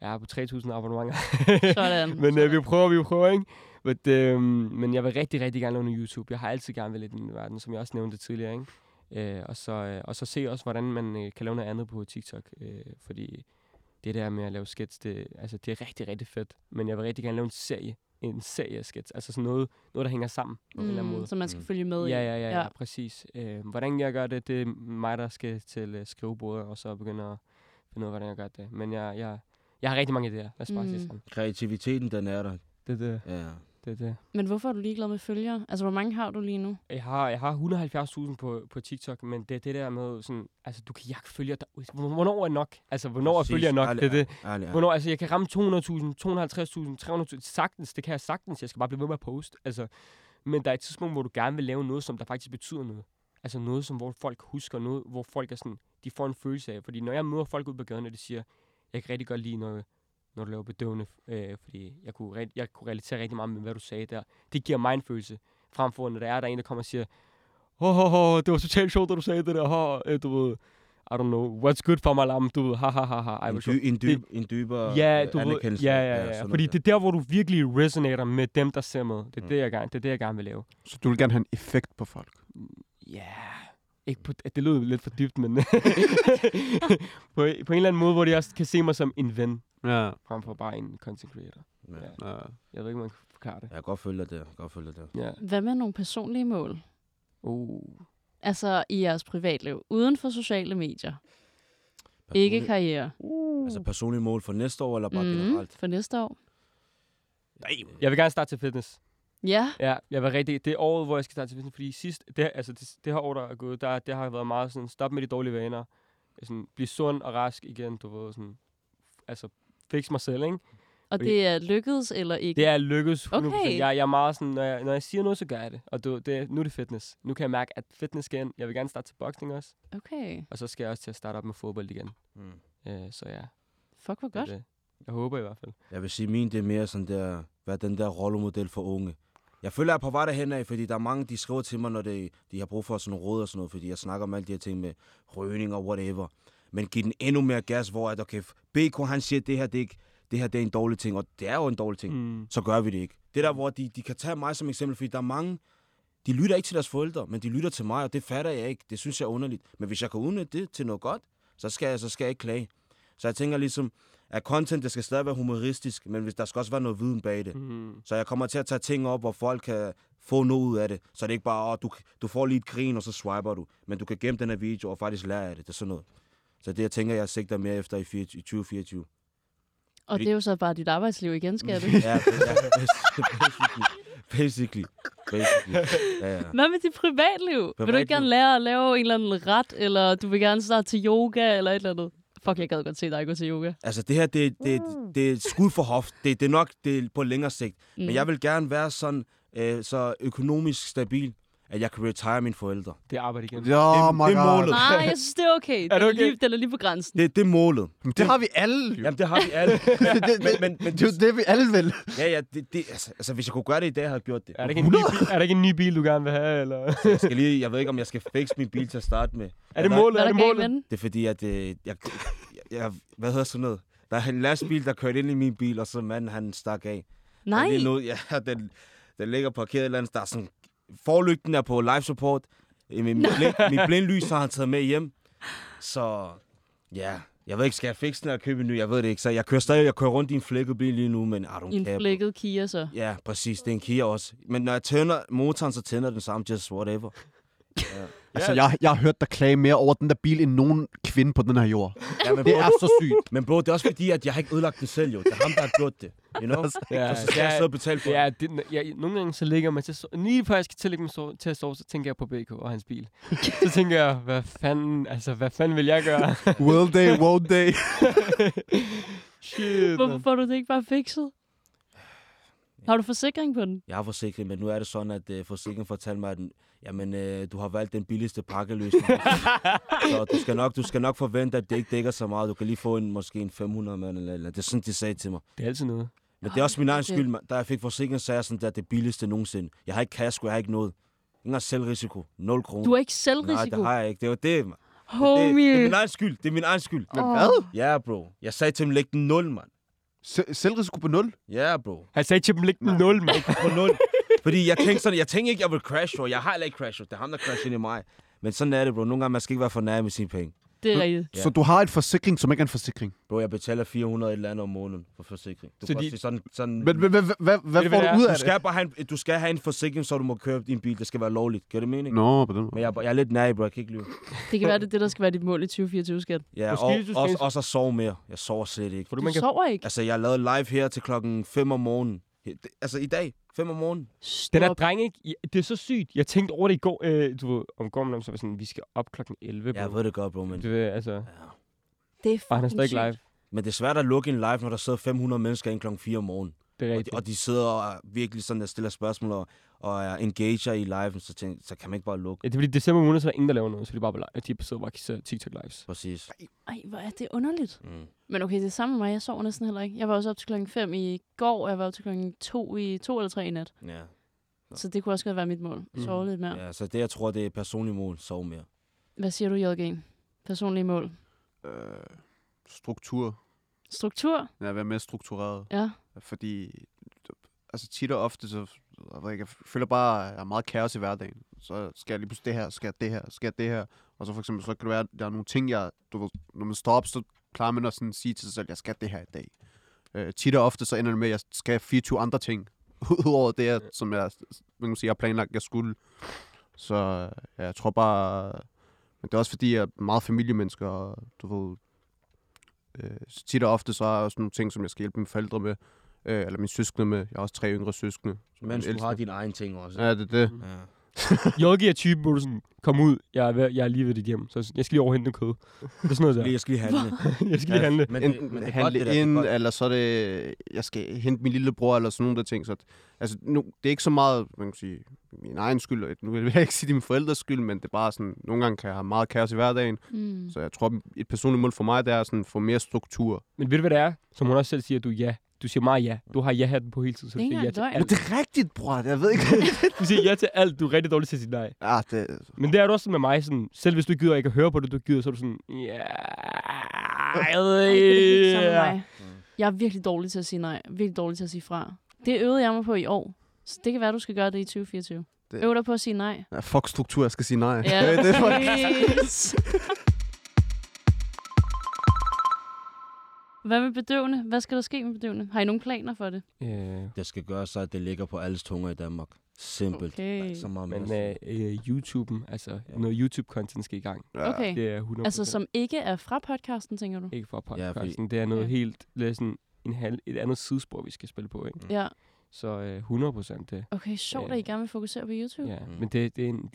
[SPEAKER 2] Jeg er på 3.000 abonnementer.
[SPEAKER 11] <laughs>
[SPEAKER 2] <laughs>
[SPEAKER 11] Sådan. Hmm,
[SPEAKER 2] men øh, vi prøver, vi prøver, ikke? But, øh, men jeg vil rigtig, rigtig gerne lave noget YouTube. Jeg har altid gerne vil lidt i den verden, som jeg også nævnte tidligere, ikke? Øh, og, så, øh, og så se også, hvordan man øh, kan lave noget andet på TikTok. Øh, fordi det der med at lave skits, det, altså, det er rigtig, rigtig fedt. Men jeg vil rigtig gerne lave en serie. En serie af skits. Altså sådan noget, noget der hænger sammen på en eller anden
[SPEAKER 11] Mm,
[SPEAKER 2] måde.
[SPEAKER 11] så man skal følge med i.
[SPEAKER 2] Ja, ja, ja, ja,
[SPEAKER 11] Ja.
[SPEAKER 2] ja. præcis. Øh, hvordan jeg gør det, det er mig, der skal til øh, skrivebordet, og så begynder at finde ud af, hvordan jeg gør det. Men jeg, jeg, jeg har rigtig mange idéer. Lad os bare mm. sige
[SPEAKER 11] Mm.
[SPEAKER 2] sådan.
[SPEAKER 1] Kreativiteten, den er der.
[SPEAKER 2] Det er det.
[SPEAKER 1] Ja.
[SPEAKER 2] det, er det.
[SPEAKER 11] Men hvorfor er du ligeglad med følgere? Altså, hvor mange har du lige nu?
[SPEAKER 2] Jeg har, jeg har 170.000 på, på TikTok, men det er det der med, sådan, altså, du kan jakke følger dig ud. Hvor- Hvornår er nok? Altså, hvornår er
[SPEAKER 1] Præcis.
[SPEAKER 2] følger nok?
[SPEAKER 1] Ærlig-
[SPEAKER 2] Det er det.
[SPEAKER 1] ærlig- ærlig.
[SPEAKER 2] Hvornår, altså, jeg kan ramme 200.000, 250.000, 300.000, sagtens, det kan jeg sagtens, jeg skal bare blive ved med at poste, altså. Men der er et tidspunkt, hvor du gerne vil lave noget, som der faktisk betyder noget. Altså noget, som hvor folk husker noget, hvor folk er sådan, de får en følelse af. Fordi når jeg møder folk ude på gaden, og de siger, jeg kan rigtig godt lide, når, når du laver bedøvende, øh, fordi jeg kunne, re- jeg kunne relatere rigtig meget med, hvad du sagde der. Det giver mig en følelse, frem for når der er der er en, der kommer og siger, åh, oh, oh, det var totalt sjovt, da du sagde det der, oh, øh, du ved, I don't know, what's good for my lam, du ved, ha, ha, ha, ha, ej,
[SPEAKER 1] En,
[SPEAKER 2] hvor sjovt."
[SPEAKER 1] dy, en, dyb, en dybere
[SPEAKER 2] ja,
[SPEAKER 1] øh,
[SPEAKER 2] du ved,
[SPEAKER 1] anerkendelse.
[SPEAKER 2] ja, ja, ja, ja.
[SPEAKER 1] sådan
[SPEAKER 2] Fordi
[SPEAKER 1] noget
[SPEAKER 2] det er der, hvor du virkelig resonater med dem, der ser med. Det er, mm. det, jeg gerne, det er det, jeg gerne vil lave.
[SPEAKER 12] Så du vil gerne have en effekt på folk?
[SPEAKER 2] Ja, yeah. ikke på, det lød lidt for dybt, men <laughs> på, på en eller anden måde, hvor de også kan se mig som en ven,
[SPEAKER 12] Ja.
[SPEAKER 2] frem for bare en content creator.
[SPEAKER 1] der. Ja.
[SPEAKER 12] ja.
[SPEAKER 2] Jeg ved ikke, om man kan forklare det.
[SPEAKER 1] Jeg kan godt følge dig der. Jeg kan godt følge dig der.
[SPEAKER 2] Ja.
[SPEAKER 11] Hvad med nogle personlige mål?
[SPEAKER 2] Uh.
[SPEAKER 11] Altså, i jeres privatliv, uden for sociale medier.
[SPEAKER 2] Altså,
[SPEAKER 11] Ikke Mhm. karriere. Mm-hmm.
[SPEAKER 1] Altså personlige mål for næste år, eller bare mm. generelt?
[SPEAKER 11] for næste år.
[SPEAKER 2] Jeg vil gerne starte til fitness.
[SPEAKER 11] Ja,
[SPEAKER 2] Ja, jeg var rigtig... Det er året, hvor jeg skal starte til fitness, fordi sidst... Det, altså, det, det her år, der er gået, der, det har været meget sådan... Stop med de dårlige vaner. Sådan, bliv sund og rask igen, du ved, sådan... Altså, fix mig selv, ikke?
[SPEAKER 11] og det er lykkedes eller ikke?
[SPEAKER 2] Det er lykkedes 100%.
[SPEAKER 11] Okay.
[SPEAKER 2] Okay. Jeg, jeg er meget sådan, når jeg, når jeg siger noget, så gør jeg det. Og du, det, nu er det fitness. Nu kan jeg mærke, at fitness skal ind. Jeg vil gerne starte til boksning også.
[SPEAKER 11] Okay,
[SPEAKER 2] Og så skal jeg også til at starte op med fodbold igen.
[SPEAKER 1] Mm.
[SPEAKER 2] Øh, så ja.
[SPEAKER 11] fuck hvor
[SPEAKER 2] det er
[SPEAKER 11] godt.
[SPEAKER 2] Det. Jeg håber i hvert fald.
[SPEAKER 1] Jeg vil sige, min det er mere sådan der, hvad den der rollemodel for unge. Jeg føler, jeg er på vej derhen af, fordi der er mange, de skriver til mig, når de, de har brug for sådan råd og sådan noget, fordi jeg snakker om alle de her ting med røgning og whatever. Men giv den endnu mere gas, hvor at, okay, BK han siger, det her, det, er ikke, det her det er en dårlig ting, og det er jo en dårlig ting.
[SPEAKER 2] Mm.
[SPEAKER 1] så gør vi det ikke. Det der, hvor de, de kan tage mig som eksempel, fordi der er mange, de lytter ikke til deres forældre, men de lytter til mig, og det fatter jeg ikke. Det synes jeg er underligt. Men hvis jeg kan udnytte det til noget godt, så skal jeg, så skal jeg ikke klage. Så jeg tænker ligesom, at content, det skal stadig være humoristisk, men hvis der skal også være noget viden bag det.
[SPEAKER 2] Mm.
[SPEAKER 1] Så jeg kommer til at tage ting op, hvor folk kan få noget ud af det. Så det er ikke bare, at du, du får lige et grin, og så swiper du. Men du kan gemme den her video og faktisk lære af det. Det er sådan noget. Så det, jeg tænker, jeg sigter mere efter i 24 i 2024.
[SPEAKER 11] Og det er jo så bare dit arbejdsliv
[SPEAKER 2] <laughs>
[SPEAKER 11] igen, skal du.
[SPEAKER 1] Ja, ja basically. Basically. basically. Ja, ja.
[SPEAKER 11] Hvad med dit privatliv? Vil du ikke
[SPEAKER 1] Privatliv?
[SPEAKER 11] gerne lære at lave en eller anden ret, eller du vil gerne starte til yoga, eller et eller andet? Fuck, jeg gad godt se dig gå til yoga.
[SPEAKER 1] Altså, det her, det, det, det er et skud for hoft. Det, det er nok det er på længere sigt. Mm. Men jeg vil gerne være sådan, øh, så økonomisk stabil, at jeg kan retire mine forældre.
[SPEAKER 2] Det er arbejde igen.
[SPEAKER 12] Ja, oh
[SPEAKER 1] Det-
[SPEAKER 12] my
[SPEAKER 1] det er
[SPEAKER 12] God.
[SPEAKER 1] målet.
[SPEAKER 11] Nej, Ah, jeg synes, det er okay. Den er,
[SPEAKER 2] det okay?
[SPEAKER 11] Lige, den er lige på grænsen.
[SPEAKER 1] Det, det er målet.
[SPEAKER 12] Men det har vi alle jo.
[SPEAKER 1] Jamen, det har vi alle.
[SPEAKER 12] <laughs> det, det,
[SPEAKER 1] men, men, men,
[SPEAKER 12] det, er jo det, vi alle vil.
[SPEAKER 1] ja, ja, det, det, altså, altså, hvis jeg kunne gøre det i dag, havde jeg gjort det.
[SPEAKER 2] Er der, ikke en ny bil, er der ikke en ny bil, du gerne vil have? Eller?
[SPEAKER 1] Jeg, skal lige, jeg ved ikke, om jeg skal fixe min bil til at starte med.
[SPEAKER 2] <laughs> er det
[SPEAKER 1] der-
[SPEAKER 2] målet?
[SPEAKER 11] Hvad er
[SPEAKER 2] er
[SPEAKER 11] der
[SPEAKER 2] det
[SPEAKER 11] galt
[SPEAKER 2] målet?
[SPEAKER 11] med den?
[SPEAKER 1] Det er fordi, at øh, jeg, jeg, jeg... Hvad hedder sådan noget? <laughs> Der er en lastbil, der kørte ind i min bil, og så manden, han stak af.
[SPEAKER 11] Nej.
[SPEAKER 1] Den, lige nu, ja, den, den ligger parkeret et eller andet. Der er sådan, forlygten er på live support. Øh, Min, min, blind,
[SPEAKER 11] <laughs>
[SPEAKER 1] min blindlys har han taget med hjem. Så ja, jeg ved ikke, skal jeg fikse den og købe en ny? Jeg ved det ikke. Så jeg kører stadig, jeg kører rundt i en flækket bil lige nu, men I
[SPEAKER 11] I
[SPEAKER 1] don't
[SPEAKER 11] en
[SPEAKER 1] care. bro.
[SPEAKER 11] flækket Kia så.
[SPEAKER 1] Ja, præcis. Det er en Kia også. Men når jeg tænder motoren, så tænder den samme just whatever.
[SPEAKER 12] Altså, jeg, jeg har hørt dig klage mere over den der bil, end nogen kvinde på den her jord.
[SPEAKER 1] Ja, men,
[SPEAKER 12] Det
[SPEAKER 1] bro,
[SPEAKER 12] er så sygt.
[SPEAKER 1] men bro, det er også fordi, at jeg har ikke ødelagt den selv, jo. Det er ham, der har gjort det. You know?
[SPEAKER 2] Ja,
[SPEAKER 1] Og så skal jeg sidde og betale for det.
[SPEAKER 2] Ja, det, ja, nogle gange så ligger man til at so- Lige før jeg skal til at, ligge mig so- til at sove, så tænker jeg på BK og hans bil.
[SPEAKER 11] <laughs>
[SPEAKER 2] så tænker jeg, hvad fanden, altså, hvad fanden vil jeg gøre?
[SPEAKER 12] Will day, won't day.
[SPEAKER 2] Shit,
[SPEAKER 11] Hvorfor
[SPEAKER 2] man.
[SPEAKER 11] får du det ikke bare fikset? Har du forsikring på den?
[SPEAKER 1] Jeg har forsikring, men nu er det sådan, at øh, forsikringen fortalte mig, at den- jamen, øh, du har valgt den billigste
[SPEAKER 11] <laughs>
[SPEAKER 1] pakkeløsning. så du skal, nok, du skal nok forvente, at det ikke dækker så meget. Du kan lige få en, måske en 500 mand eller, et eller andet. Det er sådan, de sagde til mig.
[SPEAKER 2] Det er altid noget.
[SPEAKER 1] Men det er også min egen
[SPEAKER 11] Okay.
[SPEAKER 1] skyld, mand. Da jeg fik forsikringen, sagde jeg sådan, at det er det billigste nogensinde. Jeg har ikke kasko, jeg har ikke noget. Ingen har selvrisiko. 0 kroner.
[SPEAKER 11] Du har ikke
[SPEAKER 1] Nej,
[SPEAKER 11] selvrisiko.
[SPEAKER 1] det har jeg ikke. Det er jo det, mand. Det, det, det, er
[SPEAKER 11] Homie.
[SPEAKER 1] min egen skyld. Det er min egen skyld.
[SPEAKER 12] Men hvad?
[SPEAKER 1] Ja, bro. Jeg sagde til dem, læg den 0, mand.
[SPEAKER 12] Se- selvrisiko på nul?
[SPEAKER 1] Ja, bro.
[SPEAKER 2] Han sagde til dem, læg den 0, mand.
[SPEAKER 1] på nul. Fordi jeg tænkte sådan, jeg tænkte ikke, jeg ville crash, og jeg har heller ikke crashet. Det er ham, der crasher ind i mig. Men sådan er det, bro. Nogle gange, man skal ikke være for nær med sine penge.
[SPEAKER 11] Det er rigtigt.
[SPEAKER 1] Ja.
[SPEAKER 12] Så du har en forsikring, som ikke er en forsikring.
[SPEAKER 1] Bro, jeg betaler 400 et eller andet om måneden for forsikring. Du
[SPEAKER 2] Så
[SPEAKER 1] så kan
[SPEAKER 2] de-
[SPEAKER 1] de... sige sådan... sådan
[SPEAKER 12] Men hvad, hvad, hvad, hvad
[SPEAKER 2] du,
[SPEAKER 12] får
[SPEAKER 2] hvad det
[SPEAKER 12] du
[SPEAKER 2] er?
[SPEAKER 12] ud af
[SPEAKER 1] du, skal bare have en, du skal have en forsikring, så du må køre din bil. Det skal være lovligt. Gør det
[SPEAKER 12] det?
[SPEAKER 1] mening?
[SPEAKER 12] Nå, på den måde.
[SPEAKER 1] Men jeg, er bare- jeg er lidt nær, bro. Jeg kan ikke lyve.
[SPEAKER 11] Det kan være, det er det, der skal være dit mål i 2024, skat.
[SPEAKER 1] Ja,
[SPEAKER 2] Måske
[SPEAKER 1] og,
[SPEAKER 2] hvis du skal-
[SPEAKER 1] også, også at sove mere. Jeg sover slet ikke.
[SPEAKER 2] For du,
[SPEAKER 11] Du
[SPEAKER 2] man kan,
[SPEAKER 11] sover ikke.
[SPEAKER 1] Altså, jeg lavede live her til klokken 5 om morgenen. He- det- Altså, i dag. 5 om morgenen.
[SPEAKER 2] den her
[SPEAKER 11] Stop.
[SPEAKER 2] dreng, ikke? I- Det er så sygt. Jeg tænkte over det i går. Øh, du ved, om går man så var jeg sådan, vi skal op klokken 11.
[SPEAKER 1] Jeg ved det godt, bro, men...
[SPEAKER 2] Du ved, altså,
[SPEAKER 11] Det er
[SPEAKER 2] og han er stadig
[SPEAKER 11] fucking
[SPEAKER 2] live.
[SPEAKER 11] sygt.
[SPEAKER 1] Men det er svært at lukke en live, når der sidder 500 mennesker ind klokken 4 om morgenen.
[SPEAKER 2] Det er
[SPEAKER 1] Og de,
[SPEAKER 2] rigtigt.
[SPEAKER 1] og de sidder og er virkelig sådan, der stiller spørgsmål og, og er engager i live, så, tænk, så kan man ikke bare lukke.
[SPEAKER 2] Ja, det er fordi, i december måned, så er der ingen, der laver noget. Så de bare på live. De sidder bare og kigger TikTok lives.
[SPEAKER 1] Præcis.
[SPEAKER 11] Ej, hvor er det underligt.
[SPEAKER 1] Mm.
[SPEAKER 11] Men okay, det er samme med mig. Jeg sover næsten heller ikke. Jeg var også op til klokken 5 i går, og jeg var op til klokken 2 i 2 eller 3 i nat.
[SPEAKER 1] Ja.
[SPEAKER 11] Så det kunne også godt være mit mål. Sove lidt mere.
[SPEAKER 1] ja, så det, jeg tror, det er personligt mål. Sov mere.
[SPEAKER 11] Hvad siger du, JG? Personlige mål.
[SPEAKER 12] Øh, struktur.
[SPEAKER 11] Struktur?
[SPEAKER 12] Ja, være mere struktureret.
[SPEAKER 11] Ja.
[SPEAKER 12] Fordi altså tit og ofte, så jeg, ved ikke, jeg føler bare, at jeg er meget kaos i hverdagen. Så skal jeg lige pludselig det her, skal jeg det her, skal jeg det her. Og så for eksempel, så kan det være, at der er nogle ting, jeg, du ved, når man står op, så klarer man at sådan sige til sig selv, at jeg skal det her i dag. Øh, tit og ofte, så ender det med, at jeg skal 24 andre ting, <laughs> udover det, jeg, som jeg, man kan sige, jeg har planlagt, jeg skulle. Så ja, jeg tror bare, men det er også fordi, jeg er meget familiemenneske, og du ved, øh, så tit og ofte, så er der også nogle ting, som jeg skal hjælpe mine forældre med, øh, eller mine søskende med. Jeg har også tre yngre søskende. som
[SPEAKER 1] Men
[SPEAKER 12] er den
[SPEAKER 1] du
[SPEAKER 12] ældste.
[SPEAKER 1] har dine egne ting også.
[SPEAKER 12] Ja, det er det.
[SPEAKER 1] Ja.
[SPEAKER 2] Jolke er typen, hvor du sådan, kom ud, jeg er, ved, jeg er lige ved dit hjem, så jeg sådan, jeg skal lige over og hente noget kød. Det er sådan noget der.
[SPEAKER 1] Lige, jeg skal lige handle.
[SPEAKER 2] <laughs> jeg skal lige handle.
[SPEAKER 1] Men, det,
[SPEAKER 12] Enten
[SPEAKER 1] men
[SPEAKER 12] men
[SPEAKER 1] det er godt,
[SPEAKER 12] handle
[SPEAKER 1] det der.
[SPEAKER 12] godt,
[SPEAKER 1] Det er
[SPEAKER 12] ind,
[SPEAKER 1] godt.
[SPEAKER 12] eller så er det, jeg skal hente min lillebror, eller sådan nogle der ting. Så at, altså, nu, det er ikke så meget, man kan sige, min egen skyld. og Nu vil jeg <laughs> ikke sige, det er min forældres skyld, men det er bare sådan, nogle gange kan jeg have meget kaos i hverdagen.
[SPEAKER 11] Mm.
[SPEAKER 12] Så jeg tror, et personligt mål for mig, det er sådan, at få mere struktur.
[SPEAKER 2] Men ved du, hvad det er? Som hun også selv siger, du er ja. Du siger meget ja. Du har ja-hatten på hele tiden, så du
[SPEAKER 11] Det er
[SPEAKER 2] siger ja
[SPEAKER 11] ikke
[SPEAKER 2] til
[SPEAKER 11] engang
[SPEAKER 2] alt.
[SPEAKER 12] er rigtigt, bror. Jeg ved ikke. <laughs>
[SPEAKER 2] Du siger ja til alt. Du er rigtig dårlig til at sige nej.
[SPEAKER 12] ah, det,
[SPEAKER 2] Men det er du også med mig. Sådan, selv hvis du ikke gider ikke at høre på det, du gider, så er du sådan, ja... Jeg ved
[SPEAKER 11] Ej, det er helt sammen med
[SPEAKER 2] ikke.
[SPEAKER 11] mig. Jeg er virkelig dårlig til at sige nej. Virkelig dårlig til at sige fra. Det øvede jeg mig på i år. Så det kan være, du skal gøre det i 2024.
[SPEAKER 12] Det-
[SPEAKER 11] Det. Øv dig på at sige nej.
[SPEAKER 12] Ja, fuck struktur, jeg skal sige nej. <laughs>
[SPEAKER 11] Ja,
[SPEAKER 12] det, det er fuck.
[SPEAKER 11] præcis. Hvad med bedøvende? Hvad skal der ske med bedøvende? Har I nogle planer for det?
[SPEAKER 2] Øh,
[SPEAKER 1] Det skal gøre så, at det ligger på alles tunger i Danmark. Simpelt.
[SPEAKER 11] Okay.
[SPEAKER 1] Der er Så meget
[SPEAKER 2] men
[SPEAKER 1] mere.
[SPEAKER 2] øh, øh, YouTuben, altså noget YouTube-content skal i gang.
[SPEAKER 12] Ja.
[SPEAKER 11] Okay.
[SPEAKER 2] Det er 100%.
[SPEAKER 11] Altså, som ikke er fra podcasten, tænker du?
[SPEAKER 2] Ikke fra
[SPEAKER 1] Ja, fordi-
[SPEAKER 2] podcasten. det er noget
[SPEAKER 11] Ja.
[SPEAKER 2] helt... Det er sådan en halv, et andet sidespor, vi skal spille på, ikke?
[SPEAKER 1] Mm.
[SPEAKER 11] Ja.
[SPEAKER 2] Så øh, 100% det.
[SPEAKER 11] Okay, sjovt,
[SPEAKER 2] Ja.
[SPEAKER 11] at I gerne vil fokusere på YouTube.
[SPEAKER 2] Ja,
[SPEAKER 1] Mm.
[SPEAKER 2] men det, det er en,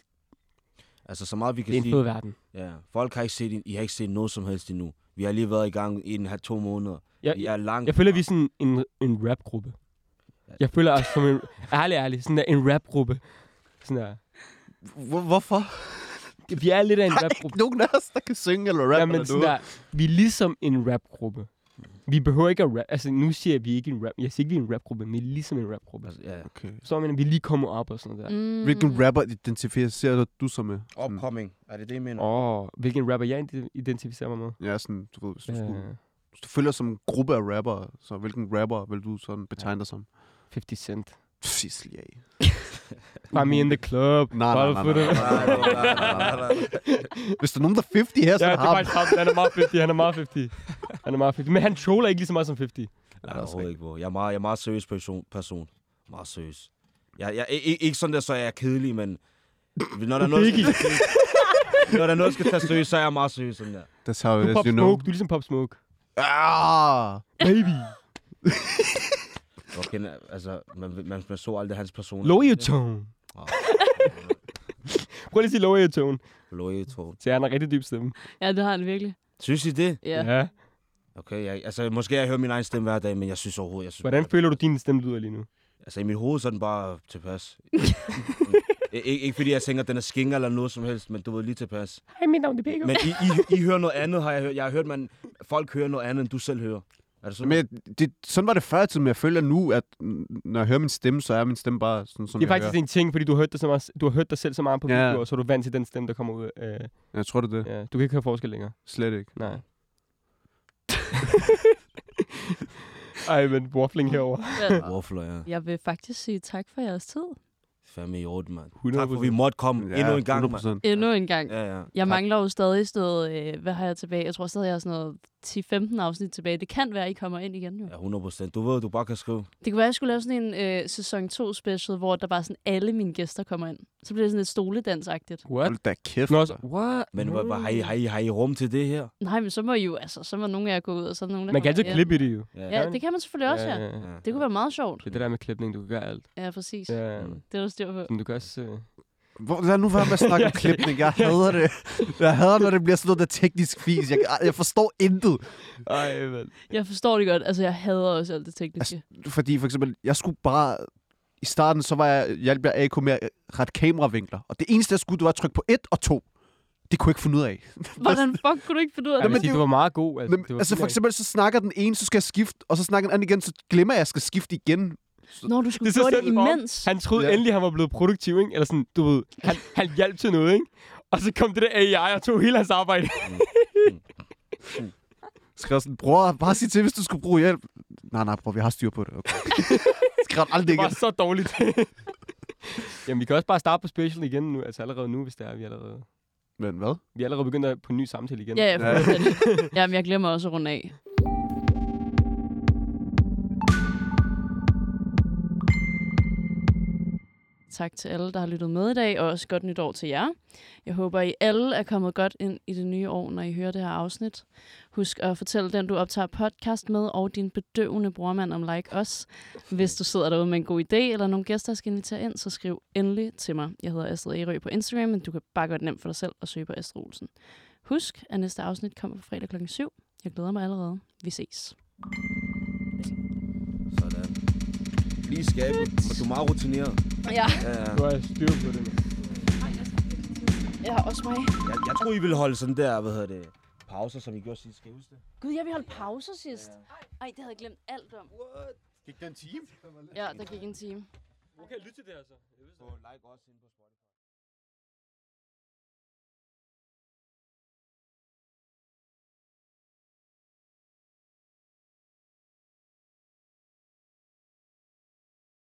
[SPEAKER 1] Altså, så meget vi
[SPEAKER 2] det er
[SPEAKER 1] kan
[SPEAKER 2] en
[SPEAKER 1] sige.
[SPEAKER 2] fed verden.
[SPEAKER 1] Ja. Folk har ikke set, I har ikke set noget som helst endnu. Vi har lige været i gang i en halv to måneder.
[SPEAKER 2] Jeg,
[SPEAKER 1] Vi er langt.
[SPEAKER 2] jeg føler, vi er sådan en, en rapgruppe. Jeg føler os som
[SPEAKER 1] <laughs>
[SPEAKER 2] en... Ærlig, ærlig. Sådan der, en rapgruppe. Sådan der.
[SPEAKER 12] Hvor- Hvorfor? <laughs>
[SPEAKER 2] Vi er lidt af en
[SPEAKER 12] Der er
[SPEAKER 2] rapgruppe.
[SPEAKER 12] ikke nogen af os, der kan synge eller rappe
[SPEAKER 2] Ja,
[SPEAKER 12] eller
[SPEAKER 2] men sådan
[SPEAKER 12] noget.
[SPEAKER 2] der, vi er ligesom en rapgruppe. Vi behøver ikke at rap. Altså, nu siger jeg, at vi ikke er en rap. Jeg siger ikke, vi er en rapgruppe, men vi er ligesom en rapgruppe.
[SPEAKER 1] Altså, ja.
[SPEAKER 12] Okay.
[SPEAKER 2] Så mener vi er lige kommer op og sådan noget der.
[SPEAKER 11] Mm.
[SPEAKER 12] Hvilken rapper identificerer du sig med? Sådan-
[SPEAKER 1] Upcoming. Er det det, jeg mener?
[SPEAKER 2] Åh, oh, hvilken rapper jeg ident- identificerer mig med?
[SPEAKER 12] Ja, sådan, du ved, hvis du, skulle,
[SPEAKER 2] Øh,
[SPEAKER 12] hvis du følger som en gruppe af rappere, så hvilken rapper vil du sådan betegne dig som?
[SPEAKER 2] 50 Cent.
[SPEAKER 12] Præcis, ja.
[SPEAKER 2] Find me in the club.
[SPEAKER 12] Nej, nej,
[SPEAKER 2] Bare
[SPEAKER 12] nej,
[SPEAKER 2] for
[SPEAKER 12] nej,
[SPEAKER 2] det.
[SPEAKER 1] nej, nej, nej, nej, nej.
[SPEAKER 12] Hvis der er nogen, der er 50 her, så
[SPEAKER 2] Ja,
[SPEAKER 12] er
[SPEAKER 2] det
[SPEAKER 12] det
[SPEAKER 2] er
[SPEAKER 12] ham.
[SPEAKER 2] faktisk ham. Han er meget 50. Han er meget 50. Han er meget 50. Men han troller ikke lige så meget som 50.
[SPEAKER 1] Nej, overhovedet ikke, bro. Jeg er meget, jeg er meget seriøs person. person. Meget seriøs. Jeg, jeg, ikke, ikke sådan der, så er jeg er kedelig, men når der er noget,
[SPEAKER 2] Ikke.
[SPEAKER 1] når der er noget, der skal tage seriøst, så er jeg meget seriøs sådan der.
[SPEAKER 12] That's how
[SPEAKER 2] Du
[SPEAKER 12] it
[SPEAKER 2] er
[SPEAKER 12] is,
[SPEAKER 2] Pop
[SPEAKER 12] you know.
[SPEAKER 2] Smoke. Du er ligesom Pop Smoke.
[SPEAKER 12] Ah,
[SPEAKER 2] Baby.
[SPEAKER 1] Okay, altså, man, man, man så aldrig hans person. Ah,
[SPEAKER 2] Loyal tone. Prøv lige at sige loyal tone.
[SPEAKER 1] Loje, tror
[SPEAKER 2] Så han har en rigtig dyb stemme.
[SPEAKER 11] Ja, det har han virkelig.
[SPEAKER 1] Synes I det?
[SPEAKER 11] Ja.
[SPEAKER 2] ja.
[SPEAKER 1] Okay, jeg, altså, måske jeg hører min egen stemme hver dag, men jeg synes overhovedet, jeg synes...
[SPEAKER 2] Hvordan føler du, din stemme lyder lige nu?
[SPEAKER 1] Altså, i mit hoved så er den bare tilpas. I, ikke, ikke fordi jeg tænker, at den er skinger eller noget som helst, men du ved lige tilpas.
[SPEAKER 2] Hej, mit navn er Pico.
[SPEAKER 1] Men I, I, I hører noget andet, har jeg hørt. Jeg har hørt, man, folk hører noget andet, end du selv hører. Er det sådan?
[SPEAKER 12] men det, sådan var det før i tiden, men jeg føler nu, at mm, når jeg hører min stemme, så er min stemme bare sådan, som
[SPEAKER 2] Det er
[SPEAKER 12] jeg
[SPEAKER 2] faktisk en ting, fordi du har hørt dig, så meget, du har hørt dig selv så meget på
[SPEAKER 12] Ja.
[SPEAKER 2] videoer, så er du vant til den stemme, der kommer ud. Øh,
[SPEAKER 12] hører. Jeg tror det er det.
[SPEAKER 2] ja. Du kan ikke høre forskel længere.
[SPEAKER 12] Slet ikke.
[SPEAKER 2] Nej. <laughs> Ej, men waffling herovre.
[SPEAKER 1] Waffler, ja.
[SPEAKER 11] Jeg vil faktisk sige tak for jeres tid.
[SPEAKER 1] Fandme i orden, mand.
[SPEAKER 2] 100%.
[SPEAKER 1] Tak for, at vi måtte komme ja, Mm, endnu en gang, mand.
[SPEAKER 11] Endnu en gang.
[SPEAKER 1] Ja, ja.
[SPEAKER 11] Jeg
[SPEAKER 1] Tak.
[SPEAKER 11] mangler jo stadig sådan noget, øh, hvad har jeg tilbage? Jeg tror stadig, jeg har sådan noget 10-15 afsnit tilbage. Det kan være, I kommer ind igen jo.
[SPEAKER 1] Ja, 100 procent. Du ved, du bare kan skrive.
[SPEAKER 11] Det kunne være, at jeg skulle lave sådan en øh, sæson 2 special, hvor der bare sådan alle mine gæster kommer ind. Så bliver det sådan lidt stoledansagtigt.
[SPEAKER 2] What?
[SPEAKER 12] Hold da kæft.
[SPEAKER 2] Nå,
[SPEAKER 12] Nå,
[SPEAKER 2] også, what?
[SPEAKER 1] Men hvad, hvad, har, I, har, I, har I rum til det her?
[SPEAKER 11] Nej, men så må I jo, altså, så må nogle af jer gå ud, og så er der nogen, der
[SPEAKER 2] Man kan
[SPEAKER 11] kommer
[SPEAKER 2] altid
[SPEAKER 11] ind.
[SPEAKER 2] klippe i det jo.
[SPEAKER 11] Ja, det kan man selvfølgelig også, ja.
[SPEAKER 2] ja.
[SPEAKER 1] Ja.
[SPEAKER 11] Det kunne være meget sjovt.
[SPEAKER 2] Det er det der med klipning, du kan gøre alt.
[SPEAKER 11] Ja, præcis.
[SPEAKER 2] Ja.
[SPEAKER 1] Mm.
[SPEAKER 11] Det er der styr på.
[SPEAKER 2] Men du kan også... Øh...
[SPEAKER 12] Hvor, lad nu være med at
[SPEAKER 2] <laughs>
[SPEAKER 12] snakke om klipning. Jeg hader det. Jeg hader, når det bliver sådan noget der teknisk fis. Jeg, jeg forstår intet.
[SPEAKER 2] Ej, vel.
[SPEAKER 11] Jeg forstår det godt. Altså, jeg hader også alt det tekniske.
[SPEAKER 12] Fordi for eksempel, jeg skulle bare... I starten, så var jeg, jeg blev AK med at rette kameravinkler. Og det eneste, jeg skulle, det var at trykke på 1 og 2. Det kunne jeg ikke finde ud af.
[SPEAKER 2] Altså, <laughs>
[SPEAKER 11] Hvordan fuck kunne du ikke finde ud af
[SPEAKER 2] Jeg
[SPEAKER 12] Jamen,
[SPEAKER 11] det?
[SPEAKER 2] vil sige,
[SPEAKER 12] det-
[SPEAKER 2] du var meget god. Altså, det
[SPEAKER 12] Altså,
[SPEAKER 2] var
[SPEAKER 12] altså
[SPEAKER 2] fint
[SPEAKER 12] for
[SPEAKER 2] nok.
[SPEAKER 12] eksempel, så snakker den ene, så skal jeg skifte, og så snakker den anden igen, så glemmer jeg, at jeg skal skifte igen.
[SPEAKER 11] Når du skulle
[SPEAKER 2] Det er så
[SPEAKER 11] gøre det
[SPEAKER 2] selv om-
[SPEAKER 11] imens.
[SPEAKER 2] Han troede
[SPEAKER 12] Ja.
[SPEAKER 2] endelig, han var blevet produktiv, ikke? Eller sådan, du ved, <laughs> han, han hjalp til noget, ikke? Og så kom det der AI og tog hele hans arbejde.
[SPEAKER 12] Skrev sådan, bror, bare sig til, hvis du skulle bruge hjælp. Nej, nej, bror, vi har styr
[SPEAKER 2] <laughs>
[SPEAKER 12] på det. Okay. Skrev aldrig
[SPEAKER 2] Det var
[SPEAKER 12] igen.
[SPEAKER 2] så dårligt. <laughs> Jamen, vi kan også bare starte på special igen nu, altså allerede nu, hvis det er, vi allerede...
[SPEAKER 12] Men hvad?
[SPEAKER 2] Vi er allerede begyndt at- på en ny samtale igen.
[SPEAKER 11] Ja, ja, fuldstændig. Jamen, jeg glemmer også at runde af. Tak til alle, der har lyttet med i dag, og også godt nytår til jer. Jeg håber, I alle er kommet godt ind i det nye år, når I hører det her afsnit. Husk at fortælle den, du optager podcast med, og din bedøvende brormand om like os. Hvis du sidder derude med en god idé, eller nogle gæster, der skal invitere ind, så skriv endelig til mig. Jeg hedder Astrid Ærø på Instagram, men du kan bare gøre det nemt for dig selv og søge på Astrid Olsen. Husk, at næste afsnit kommer på fredag klokken 7. Jeg glæder mig allerede. Vi ses.
[SPEAKER 1] Sådan. Lige skabet. Men Du er meget rutineret.
[SPEAKER 11] Ja,
[SPEAKER 1] Ja, ja.
[SPEAKER 2] Du har styr på det, mand.
[SPEAKER 11] jeg har også mig.
[SPEAKER 1] Jeg, jeg tror, I ville holde sådan der, hvad hedder det, pauser, som I gjorde sidst. Skal I huske det?
[SPEAKER 11] Gud, jeg vil holde pause sidst. Ej, det havde jeg glemt alt om.
[SPEAKER 12] Gik den time?
[SPEAKER 11] Ja, der gik en time.
[SPEAKER 2] Okay, lyt til det, altså.
[SPEAKER 1] Like også inde på Spotify.